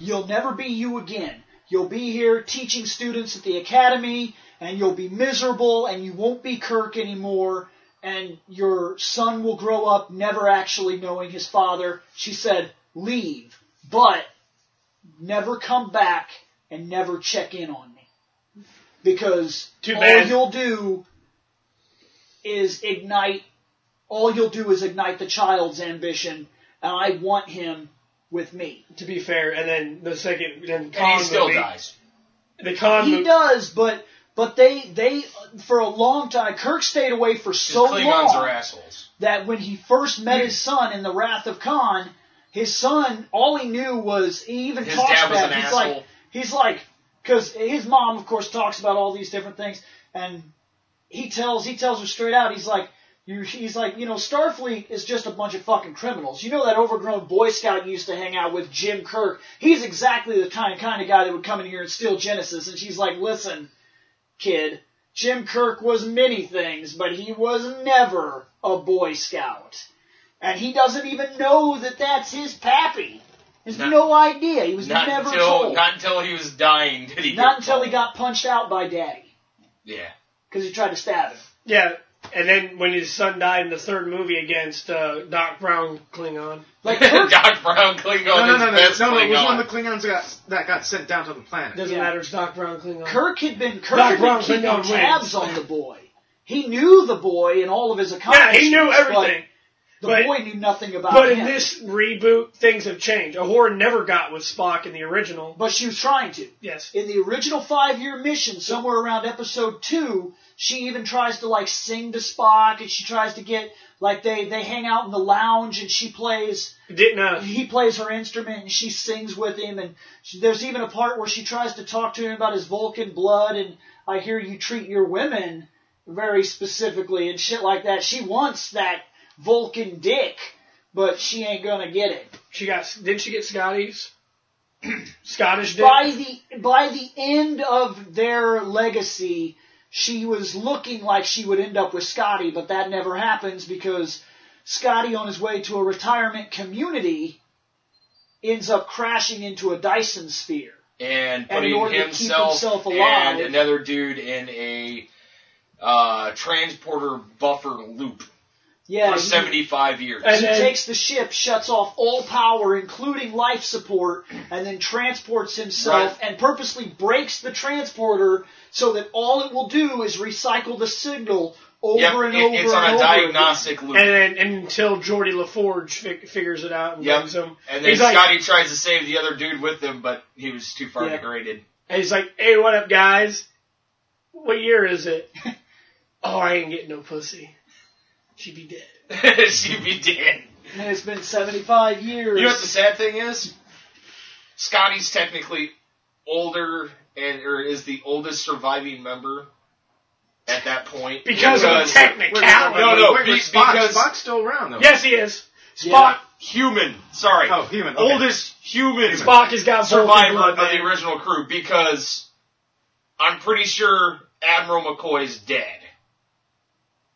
"You'll never be you again. You'll be here teaching students at the academy, and you'll be miserable, and you won't be Kirk anymore." and your son will grow up never actually knowing his father. She said, leave, but never come back and never check in on me. Because
Too
all
bad.
you'll do is ignite, all you'll do is ignite the child's ambition, and I want him with me.
To be fair, and then the second then the
And
con
he still
movie,
dies.
The con
He
movie.
does, but but they they for a long time Kirk stayed away for so
Klingons
long.
are assholes.
that when he first met his
Hmm.
son in the Wrath of Khan, his son, all he knew was he even
His
talks
dad was
about.
an
it. he's
asshole.
like, he's like, because his mom, of course, talks about all these different things, and he tells he tells her straight out. He's like, you, he's like, you know, Starfleet is just a bunch of fucking criminals. You know that overgrown Boy Scout you used to hang out with Jim Kirk. He's exactly the kind kind of guy that would come in here and steal Genesis. And she's like, listen, kid. Jim Kirk was many things, but he was never a Boy Scout. And he doesn't even know that that's his pappy. There's
Not-
no idea. He was
Not
never
until
told.
not until he was dying did he.
Not
get
until he
told.
got punched out by Daddy
Yeah.
because he tried to stab him.
Yeah, and then when his son died in the third movie against uh, Doc Brown Klingon. [LAUGHS]
[LAUGHS]
Like Kirk,
Doc Brown Klingon
No, no,
is
no, no, no,
Oh, best
no, no, It was
Klingon.
one of the Klingons that got, that got sent down to the planet.
Doesn't
Yeah.
matter. It's Doc Brown Klingon.
Kirk had been Kirk
Doc
had been
Brown
keeping
Klingon wins.
tabs on the boy. He knew the boy and all of his
yeah,
accomplishments.
he knew
but
everything.
The
but-
boy knew nothing about
But
him.
in this reboot, things have changed. Ahura never got with Spock in the original.
but she was trying to.
Yes.
in the original five year mission, somewhere around episode two, she even tries to like sing to Spock and she tries to get like they, they hang out in the lounge and she plays
Didn't uh,
he plays her instrument and she sings with him and she, there's even a part where she tries to talk to him about his Vulcan blood and I hear you treat your women very specifically and shit like that. She wants that Vulcan dick, but she ain't gonna get it.
she got didn't she get Scotty's [CLEARS THROAT] Scottish dick?
by the by the end of their legacy, she was looking like she would end up with Scotty, but that never happens because Scotty, on his way to a retirement community, ends up crashing into a Dyson sphere.
and
in
putting
order to keep
himself,
himself alive-
and another dude in a uh, transporter buffer loop
Yeah,
for
he-
75 years.
And
He
then-
takes the ship, shuts off all power, including life support, and then transports himself and purposely breaks the transporter so that all it will do is recycle the signal over
Yep,
and
it-
over and
it's on a
over again.
diagnostic loop.
and
And,
then and until Geordie LaForge fi- figures it out and
Yep.
brings him.
then
he's like,
Scotty tries to save the other dude with him, but he was too far
Yeah.
degraded. [LAUGHS]
and he's like, "Hey, what up, guys? What year is
[LAUGHS]
it? oh, I ain't getting no pussy. She be dead."
She'd be dead.
And it's been 75 years.
You know what the sad thing is? Scotty's technically older and or is the oldest surviving member at that point
Because of the
Wait,
technicality.
No, no,
wait,
be-
wait, Spock,
because-
Spock's still around though.
Yes, he is.
Spock human. Sorry,
Oh, human. Okay.
oldest human
Spock has got
survivor
Vulcan
of
blood,
the
man.
original crew because I'm pretty sure Admiral McCoy's dead.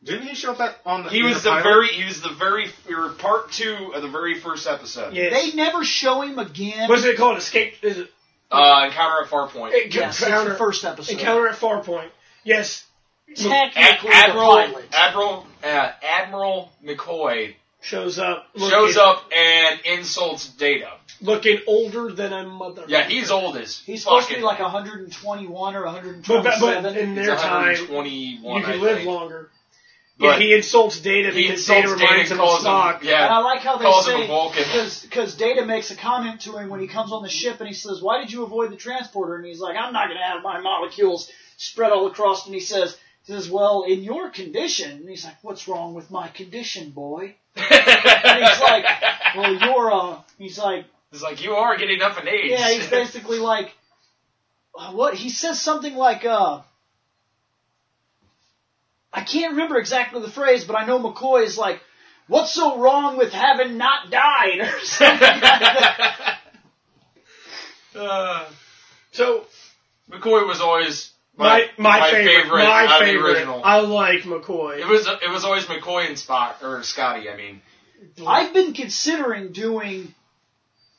Didn't he show up at, on the?
He
in
was the
pilot?
very he was the very or part two of the very first episode.
They
Yes.
never show him again.
What's it called? Escape? Is it?
Uh, Encounter at Farpoint.
Encounter,
yes, it's the first episode.
Encounter at Farpoint. Yes,
technically
Ad- Admiral
the pilot.
Admiral uh, Admiral McCoy
Shows up. Looking,
shows up and insults Data.
looking older than a mother.
Yeah, he's old as
He's supposed to be
fucking.
like 121 or 127.
But, but, but in
he's
their time, you
121.
can
I
live
think.
longer. Yeah,
But
he insults Data
he
because Data
insults Data
reminds
and
him of
calls
Spock.
him. Yeah, [LAUGHS]
and I like how they
calls him a
say
Vulcan.
because Data makes a comment to him when he comes on the ship and he says, "Why did you avoid the transporter?" And he's like, "I'm not going to have my molecules spread all across." And he says, "He says, well, in your condition." And he's like, "What's wrong with my condition, boy?" And he's
[LAUGHS]
like, "Well, you're a." He's like,
He's like, you are getting up in age.
"Yeah." He's
[LAUGHS]
basically like, uh, "What?" He says something like, "Uh." I can't remember exactly the phrase, but I know McCoy is like, "What's so wrong with having not died?" [LAUGHS] or something like that.
Uh,
So
[LAUGHS] McCoy was always
my my, favorite, my
out of the
favorite.
original.
I like McCoy.
It was it was always McCoy and Spot or Scotty. I mean,
I've been considering doing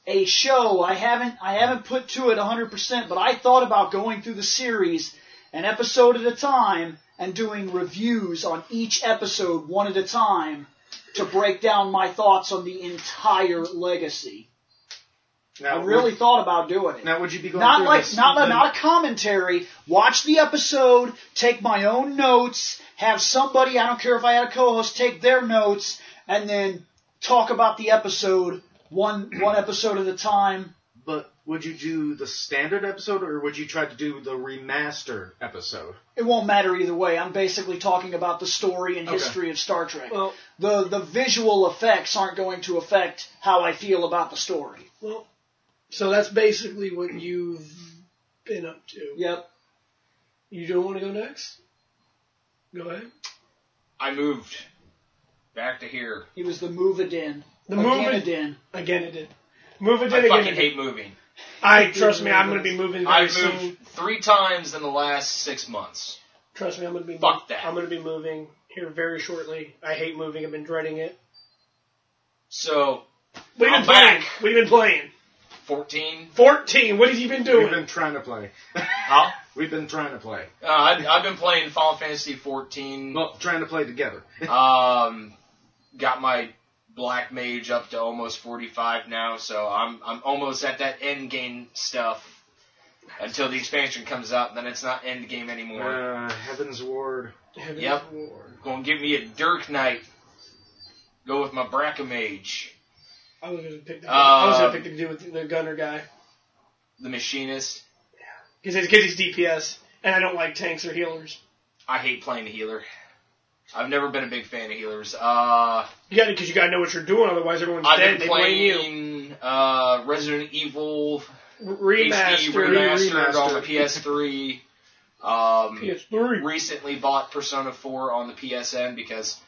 a show. I haven't I haven't put to it 100%, but I thought about going through the series an episode at a time and doing reviews on each episode one at a time to break down my thoughts on the entire legacy. I
Now,
really thought about doing it.
Would, now, would you be going
Not
through
like
this?
not not a commentary. Watch the episode, take my own notes, have somebody I don't care if I had a co-host take their notes, and then talk about the episode one one episode at a time.
But would you do the standard episode, or would you try to do the remastered episode?
It won't matter either way. I'm basically talking about the story and
Okay.
history of Star Trek.
well,
the the visual effects aren't going to affect how I feel about the story.
well, so that's basically what you've been up to.
Yep.
You don't want to go next? Go ahead.
I moved back to here.
He was the Movaden.
The
Or
move it,
Ganadin.
again. It did. Move it
I
in
fucking
again.
hate moving.
I trust me. I'm going to be moving very
I've
soon.
moved three times in the last six months.
Trust me. I'm going to be.
Fuck that.
I'm going to be moving here very shortly. I hate moving. I've been dreading it.
So
What have you
I'm
been playing?
back.
What have you been playing?
fourteen.
Fourteen. What have you been doing?
We've been trying to play. [LAUGHS]
Huh?
We've been trying to play.
Uh, I, I've been playing Final Fantasy fourteen.
Well, trying to
[LAUGHS]
play together.
Um, got my black mage up to almost forty five now, so I'm I'm almost at that end game stuff until the expansion comes out. Then it's not end game anymore.
Uh, Heaven's Ward.
Heaven's
Yep.
Lord.
Gonna give me a Dirk Knight. Go with my Bracamage,
I was going to pick the. I was going
Um,
to pick the dude with the gunner guy
the Machinist.
because he's DPS, and I don't like tanks or healers.
I hate playing the healer. I've never been a big fan of healers. Uh,
You got to because you got to know what you're doing. Otherwise, everyone's
I've
dead.
been
They blame
playing uh, Resident Evil
you.
HD
Remaster.
remastered on the
remastered.
PS3. Um,
PS3.
recently bought Persona 4 on the PSN because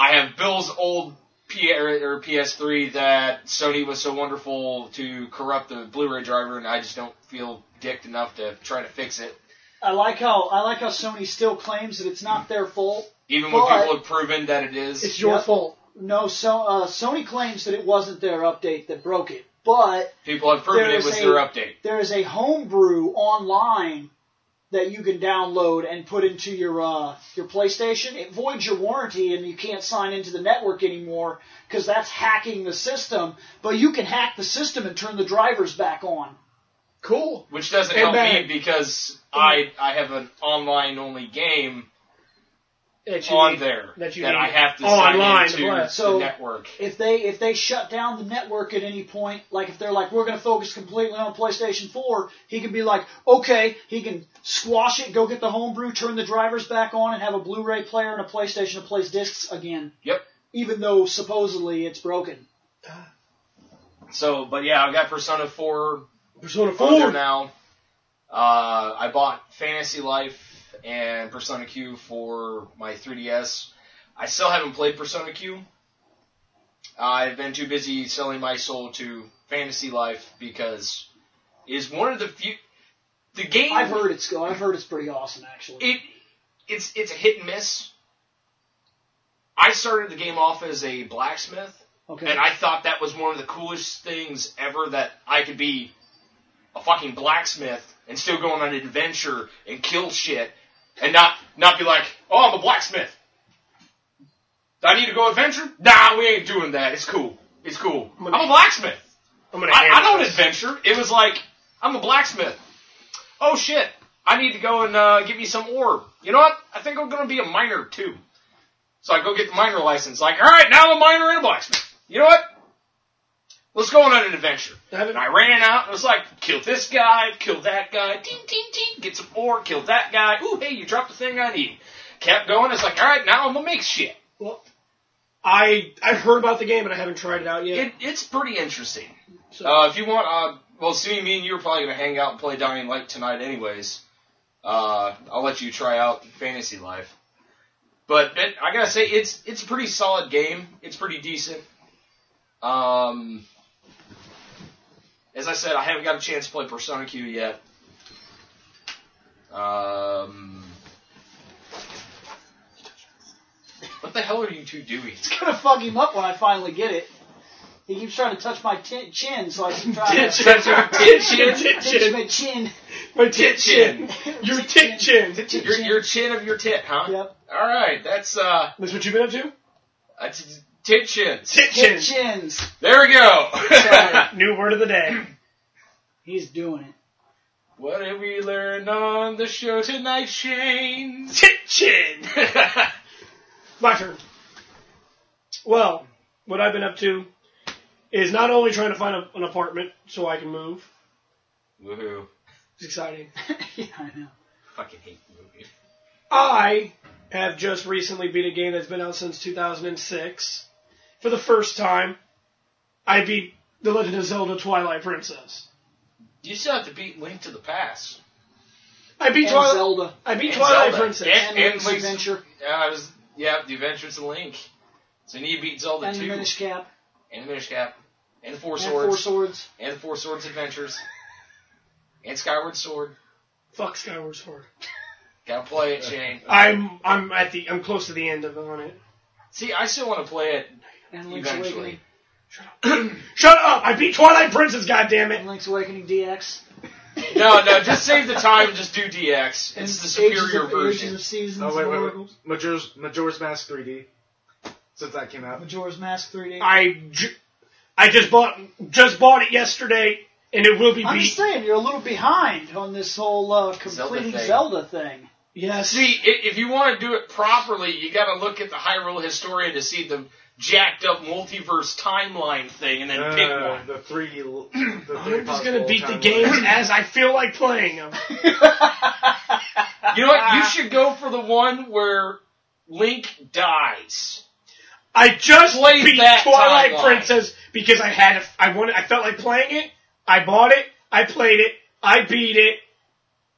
I have Bill's old P- or or PS3 that Sony was so wonderful to corrupt the Blu-ray driver, and I just don't feel dicked enough to try to fix it.
I like how I like how Sony still claims that it's not their fault.
Even when
But-
people have proven that it is,
It's your
Yep.
fault.
No, so uh, Sony claims that it wasn't their update that broke it, but
people have proven
there
it
is
was
a-
their update.
there is a homebrew online that you can download and put into your uh, your PlayStation. It voids your warranty and you can't sign into the network anymore because that's hacking the system. But you can hack the system and turn the drivers back on.
Cool.
Which doesn't
And
help
bad.
me because I I have an online only game
That you
on
need-
there
that you need
I have to
online to
sign into
play.
the
So-
network.
if they if they shut down the network at any point, like if they're like we're going to focus completely on PlayStation 4, he can be like, okay, he can squash it, go get the homebrew, turn the drivers back on, and have a Blu-ray player and a PlayStation that plays discs again.
Yep.
Even though supposedly it's broken.
So, but yeah, I've got Persona 4
Persona
on there
Four.
now. Uh, I bought Fantasy Life and Persona Q for my 3DS. I still haven't played Persona Q. I've been too busy selling my soul to Fantasy Life because it is one of the few the game
I've heard it's go. I've heard it's pretty awesome actually.
it it's it's a hit and miss. I started the game off as a blacksmith
Okay.
and I thought that was one of the coolest things ever that I could be a fucking blacksmith and still go on an adventure and kill shit. and not not be like, oh, I'm a blacksmith. Do I need to go adventure? Nah, we ain't doing that. It's cool. It's cool. I'm a blacksmith.
I'm gonna.
I,
hand
I don't
this.
adventure. It was like, I'm a blacksmith. Oh shit! I need to go and uh, get me some orb. You know what? I think I'm gonna be a miner too. So I go get the miner license. Like, all right, now I'm a miner and a blacksmith. You know what? Let's go on an adventure.
Haven't-
And I ran out and was like, kill this guy, kill that guy, ting ting ting, get some more, kill that guy. Ooh, hey, you dropped the thing I need. Kept going. It's like, all right, now I'm gonna make shit.
Well, I I've heard about the game and I haven't tried it out yet. [LAUGHS]
It, it's pretty interesting.
So-
Uh, if you want, uh, well, seeing me and you are probably gonna hang out and play Dying Light tonight, anyways. Uh, I'll let you try out Fantasy Life. But it, I gotta say, it's it's a pretty solid game. It's pretty decent. Um, as I said, I haven't got a chance to play Persona Q yet. Um, what the hell are you two doing?
It's gonna fuck him up when I finally get it. He keeps trying to touch my tin chin, so I keep
[LAUGHS]
trying to
That's your
Your
attention.
tit
touch
chin,
my chin.
my tit chin, your tit chin.
Tit
Your,
chin.
your chin of your tit, huh?
Yep.
All right, that's uh,
That's what you've been up to?
that's tit chins.
Tit
Tit
chin.
chins.
There we go. [LAUGHS]
Sorry.
New word of the day.
He's doing it.
what have we learned on the show tonight, Shane?
Tit
[LAUGHS]
chin. My turn. Well, what I've been up to is not only trying to find a, an apartment so I can move.
Woohoo!
It's exciting.
[LAUGHS] yeah, I know.
Fucking hate movie.
I have just recently beat a game that's been out since 2006. For the first time, I beat The Legend of Zelda Twilight Princess.
You still have to beat Link to the Past.
I beat
And
Twilight.
Zelda.
I beat
and
Twilight
Zelda.
Princess.
And,
And-
Link's
Link's-
Adventure.
Yeah, I was. Yeah, The Adventures of Link. So you need to beat Zelda
And the
two
Minish Cap.
and the Minish Cap and the Four
And
Swords
Four Swords.
and the Four Swords Adventures and Skyward Sword.
Fuck Skyward Sword.
Gotta play [LAUGHS] it, Shane.
I'm I'm at the I'm close to the end of on it.
See, I still want to play it
And Link's
eventually.
Awakening.
Shut up! I beat Twilight Princess. Goddamn it!
And Link's Awakening DX.
No, no, just save the time and just do
[LAUGHS]
DX.
And
It's the
Ages
superior
of, Ages
version.
of Seasons.
Oh, wait,
and
wait, wait.
Oracles.
Majora's, Majora's Mask 3D. Since that came out.
Majora's Mask 3D.
I, ju- I just bought just bought it yesterday, and it will be
I'm
beat.
just saying, you're a little behind on this whole uh, completing
thing.
Zelda thing. [LAUGHS]
Yes.
See, i- if you want to do it properly, you got to look at the Hyrule Historian to see the jacked up multiverse timeline thing, and then pick
Uh,
one.
the three. l- The three
I'm just gonna
possible
beat the
timelines.
games
[CLEARS THROAT]
[CLEARS THROAT]
as I feel like
[LAUGHS]
playing them.
You know what? You should go for the one where Link dies.
I just
Play
beat
that
Twilight
timeline.
Princess because I had a, I wanted I felt like playing it. I bought it. I played it. I beat it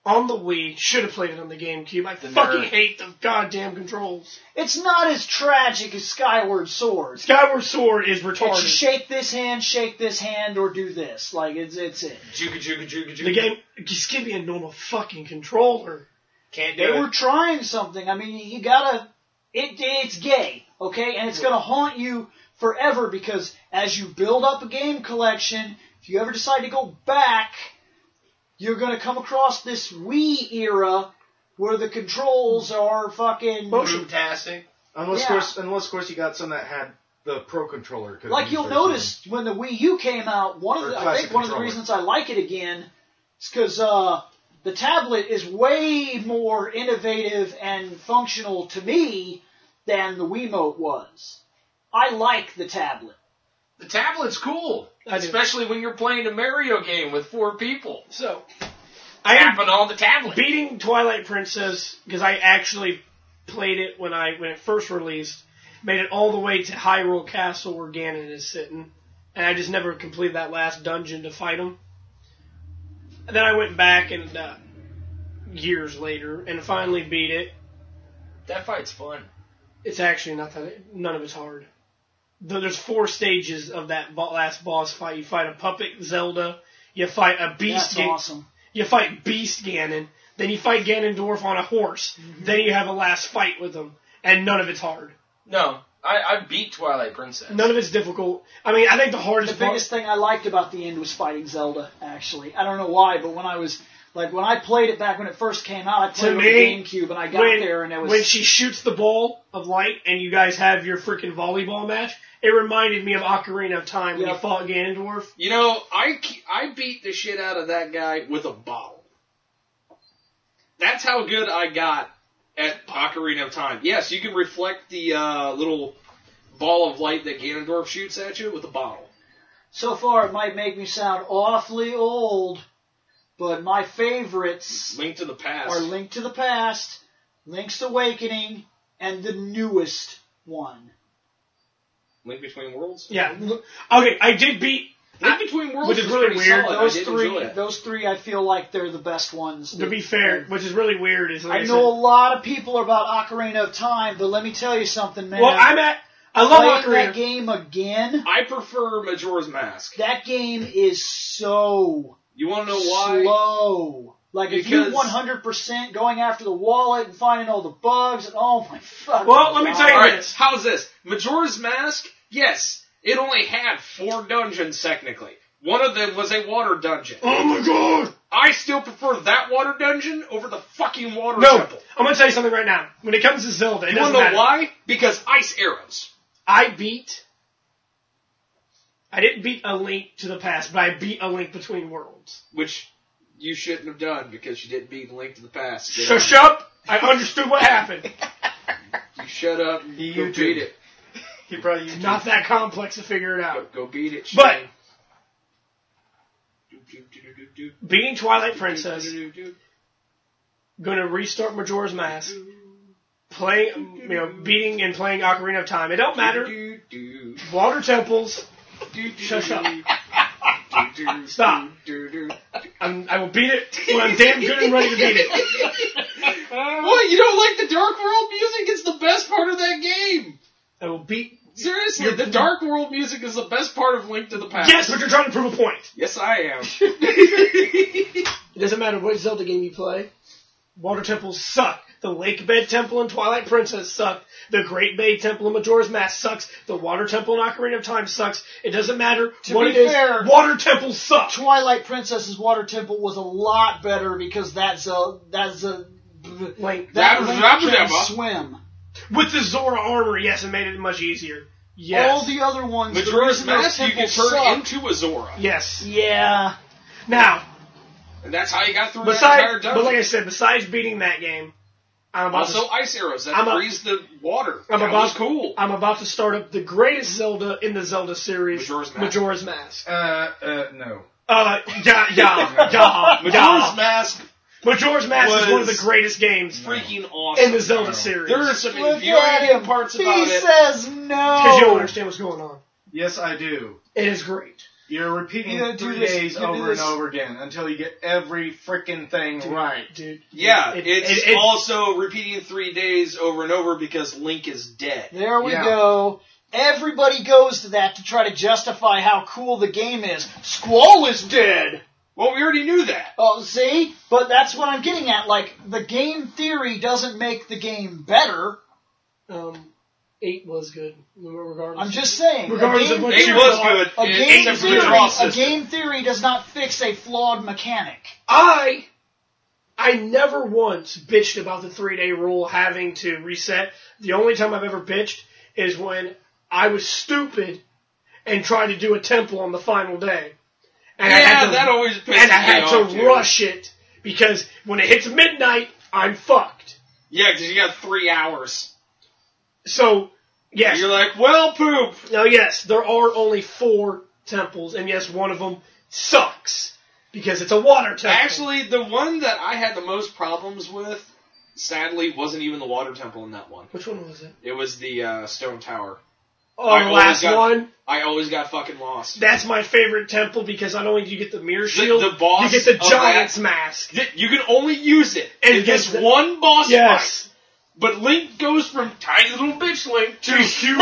on the Wii. Should have played it on the GameCube. I fucking
nerd.
hate the goddamn controls.
It's not as tragic as Skyward Sword.
Skyward Sword is
It's
retarded.
shake this hand, shake this hand, or do this. Like it's it's it.
Juka, juka, juka, juka.
The game just give me a normal fucking controller.
Can't do
They
it.
were trying something. I mean, you gotta. It it's gay, okay, and it's gonna haunt you forever because as you build up a game collection, if you ever decide to go back, you're gonna come across this Wii era where the controls are fucking.
Fantastic.
Unless,
Yeah.
of course, unless, of course, you got some that had the Pro Controller. could've
Like
used
you'll
their
notice when the Wii U came out, one of
Or
the, I
classic
think one of the
controller.
reasons I like it again is because uh, the tablet is way more innovative and functional to me than the Wiimote was. I like the tablet.
The tablet's cool,
I do.
especially when you're playing a Mario game with four people.
So I am
Happen on the tablet.
beating Twilight Princess because I actually played it when I when it first released, made it all the way to Hyrule Castle where Ganon is sitting, and I just never completed that last dungeon to fight him. And then I went back and uh, years later and finally beat it.
that fight's fun.
It's actually not that none of it's hard. Though There's four stages of that bo- last boss fight. You fight a puppet Zelda, you fight a beast,
That's
Ga-
awesome.
you fight Beast Ganon, then you fight Ganondorf on a horse,
Mm-hmm.
then you have a last fight with him, and none of it's hard.
No, I, I beat Twilight Princess.
None of it's difficult. I mean, I think the
The
hardest part.
biggest thing I liked about the end was fighting Zelda. Actually, I don't know why, but when I was Like when I played it back when it first came out, I played
To
it
me,
on the GameCube and I got
when,
there and it was
when she shoots the ball of light and you guys have your freaking volleyball match, it reminded me of Ocarina of Time when you
Yeah.
fought Ganondorf.
You know, I ke- I beat the shit out of that guy with a bottle. That's how good I got at Ocarina of Time. Yes, you can reflect the uh, little ball of light that Ganondorf shoots at you with a bottle.
so far it might make me sound awfully old, but my favorites
Link to the past.
are Link to the Past, Link's Awakening, and the newest one.
Link Between Worlds.
Yeah. Okay, I did beat.
Link Between Worlds
Which is
was
really
pretty
weird.
solid. Oh, I
Those
did enjoy
three,
that.
those three, I feel like they're the best ones.
To be fair, which is really weird, is like
I
I
know
said-
a lot of people are about Ocarina of Time, but let me tell you something, man.
Well, I'm at. I love
playing
Ocarina.
that game again.
I prefer Majora's Mask.
That game is so
You want to know why?
slow. Like if you
Because-
100% going after the wallet and finding all the bugs and oh my fuck.
Well, let me tell you-
All right,
Yes.
how's this? Majora's Mask? Yes, it only had four dungeons technically. One of them was a water dungeon.
Oh my god!
I still prefer that water dungeon over the fucking water
No,
temple.
I'm gonna tell you something right now. When it comes to Zelda, it
You wanna
doesn't
know
matter.
why? Because ice arrows.
I beat. I didn't beat a Link to the Past, but I beat a Link Between Worlds.
Which you shouldn't have done because you didn't beat Link to the Past. Get
So
on it.
shut up! I understood what happened.
You shut up and
He
go
YouTubed.
beat it.
He probably used
Not that complex to figure it
Go,
out.
go beat it,
But-
Shane. Do-do-do-do-do-do.
Beating Twilight Princess,
Do-do-do-do.
gonna restart Majora's Mask, playing, you know, beating and playing Ocarina of Time. It don't matter.
Do-do-do.
Water temples. Shut up. Stop. I'm, I will beat it when I'm damn good and ready to
[LAUGHS]
beat it.
[LAUGHS] What? You don't like the Dark World music? It's the best part of that game.
I will beat.
Seriously, the Dark World music is the best part of Link to the Past.
Yes,
[LAUGHS]
but you're trying to prove a point.
Yes, I [LAUGHS] am.
It doesn't matter what Zelda game you play. Water temples suck. The Lake Bed Temple in Twilight Princess suck. The Great Bay Temple in Majora's Mask sucks. The Water Temple in Ocarina of Time sucks. It doesn't matter
To
what
be
it is.
fair-
Water temples suck.
Twilight Princess's Water Temple was a lot better because that's a that's a that,
Link.
That was
Link
Rubber
can
Demo.
swim.
With the Zora armor, yes, it made it much easier. Yes.
All the other ones. the
Majora's
reason those
Mask, you can
temples
turn
suck-
into a Zora.
yes.
Yeah.
Now,
And that's how you got through that entire
besides,
dungeon.
but like I said, besides beating that game, I'm about to
also, ice arrows. That
I'm a-
frees the water.
I'm
that
about-
was cool.
I'm about to start up the greatest Zelda in the Zelda series,
Majora's Mask.
Majora's Mask.
Uh, uh, no.
Uh, yeah,
[LAUGHS]
yeah, yeah,
Majora's
yeah.
Mask,
Majora's Mask is one of the
was
greatest games
freaking awesome.
in the Zelda
No.
series.
There are some
Look at
infuriating
him.
parts
he
about it.
says
because you don't
no.
understand what's going on.
Yes, I do.
It is great.
You're repeating
You gotta do
three
this,
days
you do
over and
this.
over again until you get every freaking thing
Dude,
right.
dude.
Yeah,
It-
it's
it- it-
also repeating three days over and over because Link is dead.
There we
Yeah.
go. Everybody goes to that to try to justify how cool the game is. Squall is dead.
Well, we already knew that.
Oh, see? But that's what I'm getting at. Like, the game theory doesn't make the game better.
Um, eight was good. Regardless,
I'm just saying. a
Regardless of
game
what
It
theory-
you
was good.
A game,
except for the
theory,
draw
a
system.
game theory does not fix a flawed mechanic.
I I never once bitched about the three day rule having to reset. The only time I've ever bitched is when I was stupid and tried to do a temple on the final day. And I had
Yeah,
to,
that always pisses
and I
me
had
off,
to
dude.
rush it because when it hits midnight, I'm fucked.
Yeah, because you got three hours.
So
And
yes,
You're like, well, poop.
now yes, there are only four temples, and yes, one of them sucks because it's a water temple.
Actually, the one that I had the most problems with, sadly, wasn't even the water temple in that one.
which one was it?
It was the uh, stone tower.
Oh,
I
the
always
last
got-
one.
I always got fucking lost.
That's my favorite temple because not only do you get the mirror shield,
the boss
you get the
of
giant's mask.
Th- You can only use it
And
in
yes,
this
the-
one boss
Yes.
fight. But Link goes from tiny little bitch Link to huge.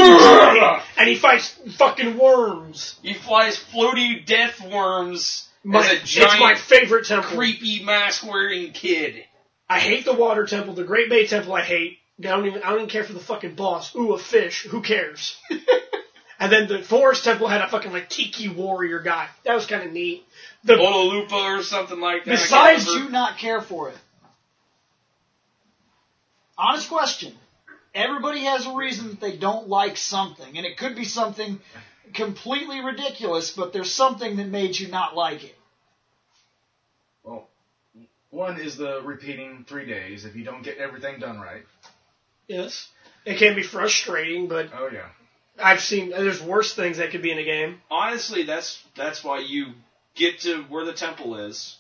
[LAUGHS]
and he fights fucking worms.
He flies floaty death worms
My,
as a
it's my
giant
favorite temple.
creepy mask wearing kid.
I hate the water temple, the Great Bay Temple I hate. I don't even I don't even care for the fucking boss. Ooh, a fish. Who cares? And then the Forest Temple had a fucking like tiki warrior guy. That was kind of neat. The
Olalupa or something like that. I can't
Besides
remember.
you not care for it. Honest question. Everybody has a reason that they don't like something, and it could be something completely ridiculous, but there's something that made you not like it.
Well, one is the repeating three days if you don't get everything done right.
yes, it can be frustrating, but
Oh yeah.
I've seen there's worse things that could be in a game.
honestly, that's that's why you get to where the temple is,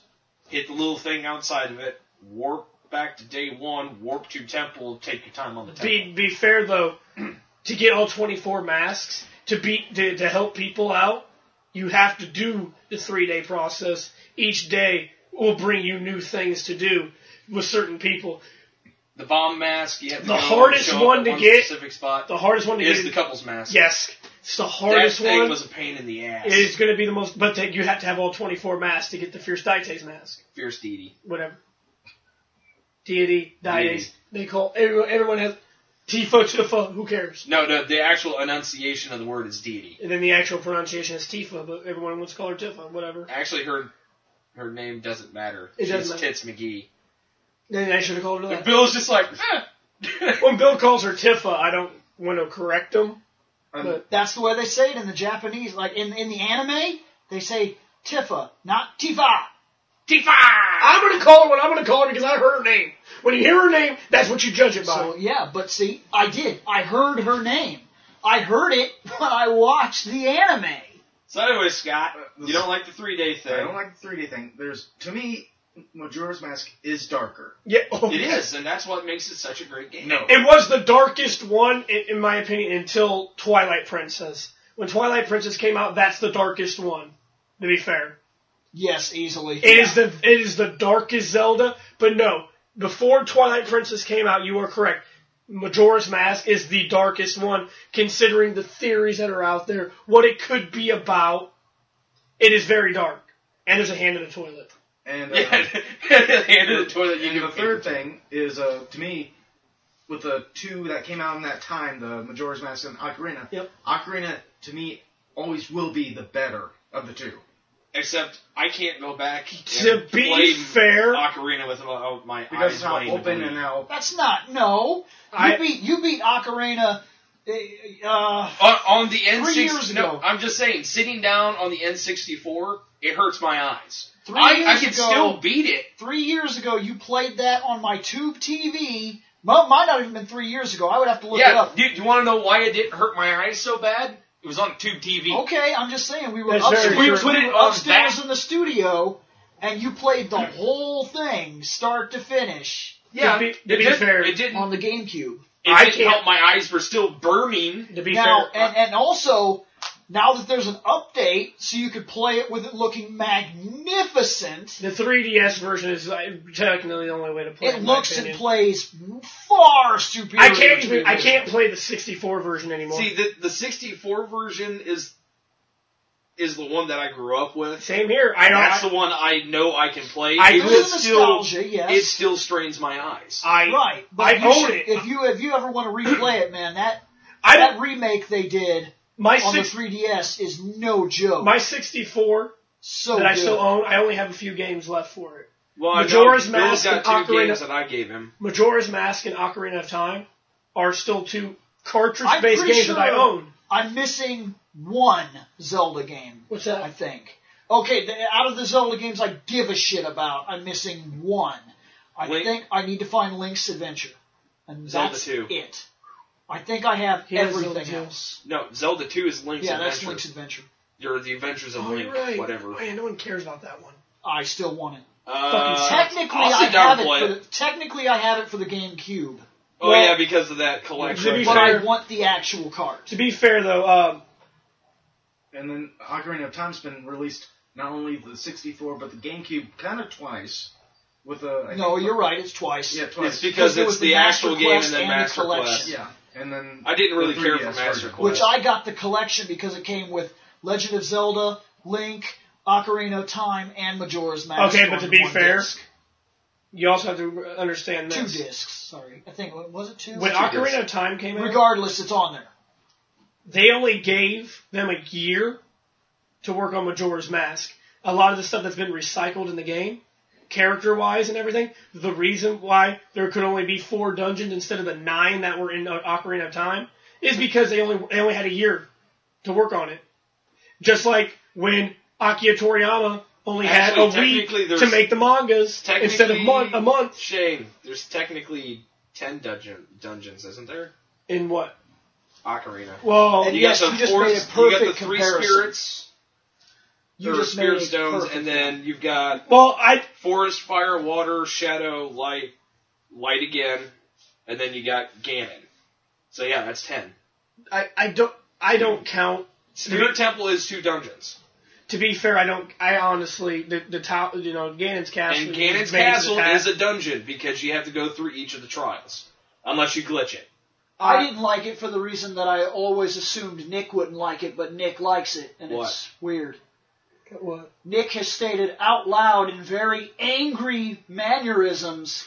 hit the little thing outside of it, warp back to day one, warp to temple, take your time on the temple.
Be be fair though, [CLEARS THROAT] to get all 24 masks to beat to, to help people out, you have to do the three day process. Each day will bring you new things to do with certain people.
the bomb mask, you have to
The
go and
hardest
show up
one
at
to
one
get-
specific spot
The hardest one to
is
get
the couples mask.
yes, it's the
that
hardest
thing
one.
was a pain in the ass.
It is going to be the most, but that you have to have all 24 masks to get the Fierce Dietes mask.
Fierce deity.
Whatever. Deity, Dietes,
Deity.
they call, everyone, everyone has Tifo, Tufa, who cares?
No, no, the actual enunciation of the word is deity.
And then the actual pronunciation is Tifa, but everyone wants to call her Tifa, whatever.
Actually, her her name doesn't matter.
It
She's
doesn't matter.
Tits McGee.
Then I should have called her
And
that.
Bill's just like,
[LAUGHS] When Bill calls her Tifa, I don't want to correct him.
Um,
But-
That's the way they say it in the Japanese. Like in in the anime, they say Tifa, not Tifa.
Tifa!
I'm going to call her what I'm going to call her because I heard her name. When you hear her name, that's what you judge it by.
So yeah, but see, I did. I heard her name. I heard it [LAUGHS] when I watched the anime.
So anyway, Scott,
Uh,
you don't like the three day thing.
I don't like the 3D thing. There's to me, Majora's Mask is darker.
yeah, oh,
It is, and that's what makes it such a great game.
It was the darkest one, in, in my opinion, until Twilight Princess. When Twilight Princess came out, that's the darkest one. To be fair,
Yes, easily.
it is the it is the darkest Zelda. But no, before Twilight Princess came out, you are correct. Majora's Mask is the darkest one, considering the theories that are out there, what it could be about. It is very dark, and there's a hand in the toilet.
And uh,
[LAUGHS] Yeah, hand in Um, the toilet. You
and
give
the third thing is uh, to me, with the two that came out in that time, the Majora's Mask and Ocarina.
Yep.
Ocarina to me always will be the better of the two.
Except I can't go back
To
and
be
play
fair,
Ocarina with my, oh, my
Because
eyes
of how
wanting to
open
bleed.
and how
That's not no. You
I-
beat you beat Ocarina. uh, Uh,
on, on the N
Three years
six. No,
ago.
I'm just saying, sitting down on the N sixty four, it hurts my eyes.
three
I,
years
I can
ago,
still beat it.
three years ago, you played that on my tube TV. Well, might not even been three years ago. I would have to look it
yeah,
up.
you, you want to know why it didn't hurt my eyes so bad? It was on tube TV.
Okay, I'm just saying we were
That's very
upstairs,
true.
we
We put
it
were
on
upstairs
that.
in the studio, and you played the whole thing, start to finish,
Yeah,
To be- to
it,
be
did,
fair,
it didn't.
on the GameCube.
it
I
didn't
can't-
help. My eyes were still burning.
to be
now,
fair,
and, and also now that there's an update, so you could play it with it looking magnificent.
The 3DS version is like, technically the only way to play.
It
in my
looks and
opinion.
plays far superior.
I can't
to
even.
the
I can't play the 64 version anymore.
See, the the sixty four version is is the one that I grew up with.
Same here. I don't.
That's
I,
the one I know I can play.
I
It
Uh, do
was
There's a
still,
nostalgia, yes.
it still strains my eyes.
I,
right, but
I
you
own
should-
it.
If you if you ever want to replay it, man, that
I
that
don't.
remake they did
My
on the
six,
3DS is no joke.
my 64
so
that I
Oh, good.
still own. I only have a few games left for it.
Well, I know
Majora's
Bill's
Mask
got
and
two
Ocarina-
games that I gave him.
Majora's Mask and Ocarina of Time are still two
I'm
cartridge-based
pretty
games
sure
that I own.
I'm missing one Zelda game.
What's
I
that?
think. Okay, the, out of the Zelda games I give a shit about, I'm missing one. I
Link-
think I need to find Link's Adventure, and
Zelda
that's
2.
it. I think I have
He has Zelda
everything
2.
else.
No, Zelda 2 is Link's
Yeah, that's
Adventure.
Link's Adventure.
You're the Adventures of
Oh,
Link,
you're right.
whatever.
Man, no one cares about that one.
I still want it.
Uh,
technically,
I'll
I
sit
have
down and
it.
play
For
it.
the, technically, I have it for the GameCube,
Oh
Well,
yeah, because of that collection.
to be
but
fair-
I want the actual card.
To be fair, though, um,
and then Ocarina of Time's been released not only the 64 but the GameCube kind of twice with a I
No,
think-
you're right. It's twice.
yeah twice
it's because
there
it's
was
the,
the Master
actual game
Quest
and then
and the
Master Quest.
collection.
yeah and then
I didn't really
the
care for
3DS
Master
version.
Quest.
which I got the collection because it came with Legend of Zelda, Link, Ocarina of Time, and Majora's Mask.
Okay, but
on
to be
one
fair,
disc.
you also have to understand
two
this.
discs. Sorry, I think was it two?
When
Two
Ocarina
discs.
of Time came out,
regardless, it's on there.
they only gave them a year to work on Majora's Mask. A lot of the stuff that's been recycled in the game, character wise and everything, the reason why there could only be four dungeons instead of the nine that were in uh, Ocarina of Time is because they only they only had a year to work on it. Just like when Akira Toriyama only had a
Actually,
week
technically
to
there's-
make the mangas instead of mon- a month
Shane, there's technically ten dungeon dungeons, isn't there?
in what?
Ocarina.
Well,
And
you
yes,
got the
you just
four-
made a
you got
perfect
the three
comparison.
spirits,
You
or
just made
spirit
it
stones,
perfect.
and then you've got
well, I
forest, fire, water, shadow, light, light again, and then you got Ganon. So yeah, that's ten.
I, I don't I don't count.
Spirit Temple is two dungeons,
To be fair, I don't. I honestly the the top you know Ganon's castle
and Ganon's Castle is a dungeon because you have to go through each of the trials, unless you glitch it.
I didn't like it for the reason that I always assumed Nick wouldn't like it, but Nick likes it, and
What?
it's weird.
what?
Nick has stated out loud in very angry mannerisms,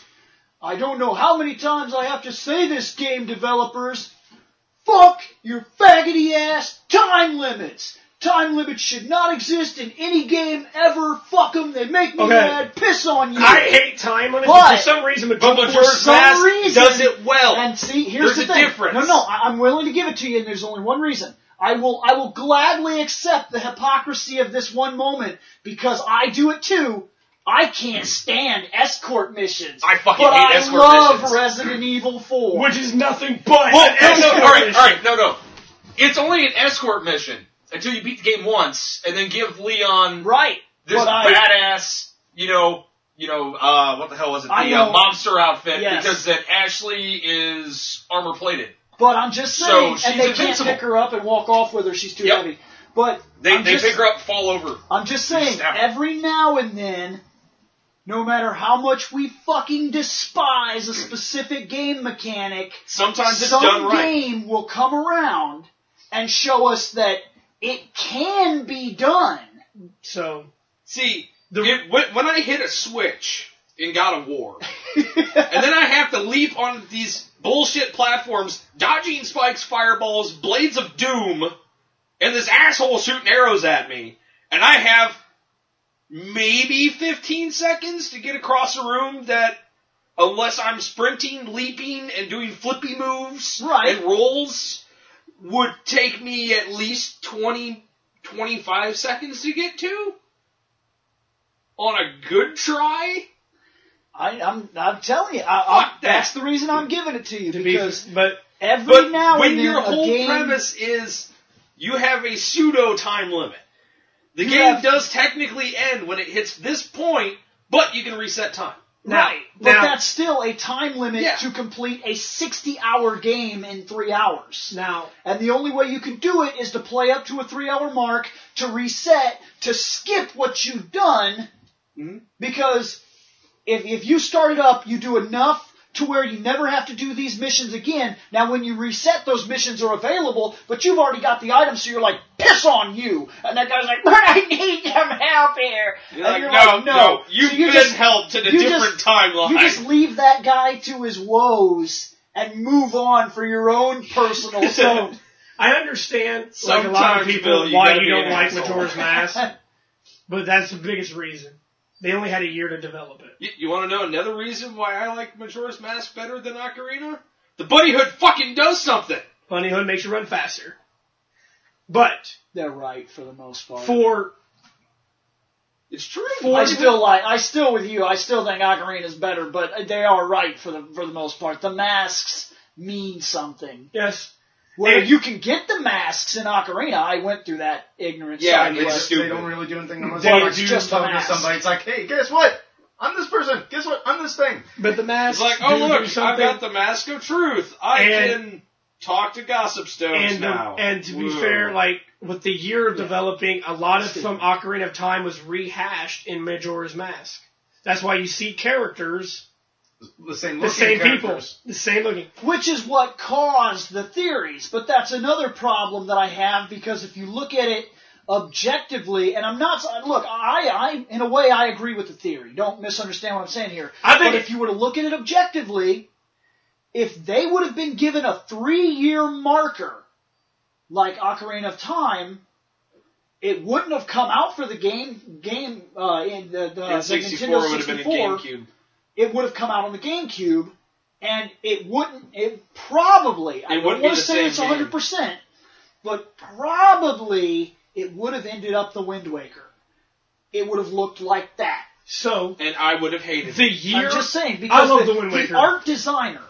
I don't know how many times I have to say this, game developers. Fuck your faggoty ass time limits. Time limits should not exist in any game ever. Fuck them. They make me
Okay.
mad. Piss on you.
I hate time limits.
But-
and for some reason,
But
Majora's
Majora's
some
Mask
reason-
does it well.
And see, here's
There's
the
a
thing.
difference.
No, no, I, I'm willing to give it to you, and there's only one reason. I will, I will gladly accept the hypocrisy of this one moment because I do it too. I can't stand escort missions.
I fucking
but
hate
I
escort
love
missions.
Resident Evil 4.
which is nothing but.
Well,
an
Oh, no, no,
escort
all right,
mission.
all right, no, no. It's only an escort mission until you beat the game once, and then give Leon
right.
this
but I,
badass, you know, you know, uh, what the hell was it? The
I
uh,
know.
mobster outfit
Yes.
because that Ashley is armor plated.
but I'm just
So
saying,
she's
and they
invincible.
can't pick her up and walk off with her. She's too
Yep.
heavy. But
They
I'm
they
just,
pick her up, fall over.
I'm just saying,
Stab.
every now and then, no matter how much we fucking despise a specific game mechanic,
Sometimes it's
some
done right.
game will come around and show us that it can be done.
[LAUGHS]
So
See, it- when, when I hit a switch in God of War, and then I have to leap on these bullshit platforms, dodging spikes, fireballs, blades of doom, and this asshole shooting arrows at me, and I have maybe 15 seconds to get across a room that, unless I'm sprinting, leaping, and doing flippy moves
Right.
and rolls, would take me at least 20, 25 seconds to get to. On a good try?
I, I'm, I'm telling you, I, I-
Fuck that.
that's the reason I'm giving it to you
to be,
because
but
every
But
now
when
and then
your
a
whole
game,
premise is you have a pseudo time limit, the
You
game
have-
does technically end when it hits this point, but you can reset time.
right? But
now-
that's still a time limit
Yeah.
to complete a 60-hour game in three hours.
now
And the only way you can do it is to play up to a three hour mark, to reset, to skip what you've done,
Mm-hmm.
because if, if you start it up, you do enough to where you never have to do these missions again. Now, when you reset, those missions are available, but you've already got the item, so you're like, piss on you! And that guy's like, [LAUGHS] but I need some help here!
You're
and
like,
you're
no,
like,
no,
no.
you've
So you
been
just-
helped in a
you
different
just-
timeline.
you just leave that guy to his woes and move on for your own
[LAUGHS]
personal
so I understand like a lot of
Sometimes,
people
Bill, you
why
gotta
you
be
don't
an
like
asshole.
Majora's Mask,
[LAUGHS]
but that's the biggest reason. They only had a year to develop it.
You, want to know another reason why I like Majora's Mask better than Ocarina? The Buddyhood fucking does something.
Bunny Hood makes you run faster, but
They're right for the most part.
for
It's true.
I
Four-
still like. I still with you. I still think Ocarina is better, but they are right for the for the most part. The masks mean something.
yes,
Where
And-
you can get the masks in Ocarina, I went through that ignorant
Yeah,
side
it's
quest.
Unless
stupid.
They don't really do anything unless
They
they
do just
talking to
mask.
somebody. It's like, hey, guess what? I'm this person. Guess what? I'm this thing.
but the
It's
mask
like, oh look, I've got the Mask of Truth. I
And-
can talk to Gossip Stones
and, the-
now.
and to be
Whoa.
fair, like with the year of developing, a lot of from Ocarina of Time was rehashed in Majora's Mask. That's why you see characters,
The same
the
looking
same people,
characters.
the same looking.
which is what caused the theories. But that's another problem that I have because if you look at it objectively, and I'm not look, I, I in a way I agree with the theory. Don't misunderstand what I'm saying here.
I think
but
it-
if you were to look at it objectively, if they would have been given a three year marker like Ocarina of Time, it wouldn't have come out for the game game uh, in the, the,
and
the
64
Nintendo
would have been a
64
GameCube.
it would have come out on the GameCube, and it wouldn't. It probably. I
It wouldn't
don't
be
want to
the
say
same
it's 100, percent but probably it would have ended up the Wind Waker. It would have looked like that.
So
And I would have hated
the
it.
year
I'm just saying because
love
the,
the Wind Waker.
art designer,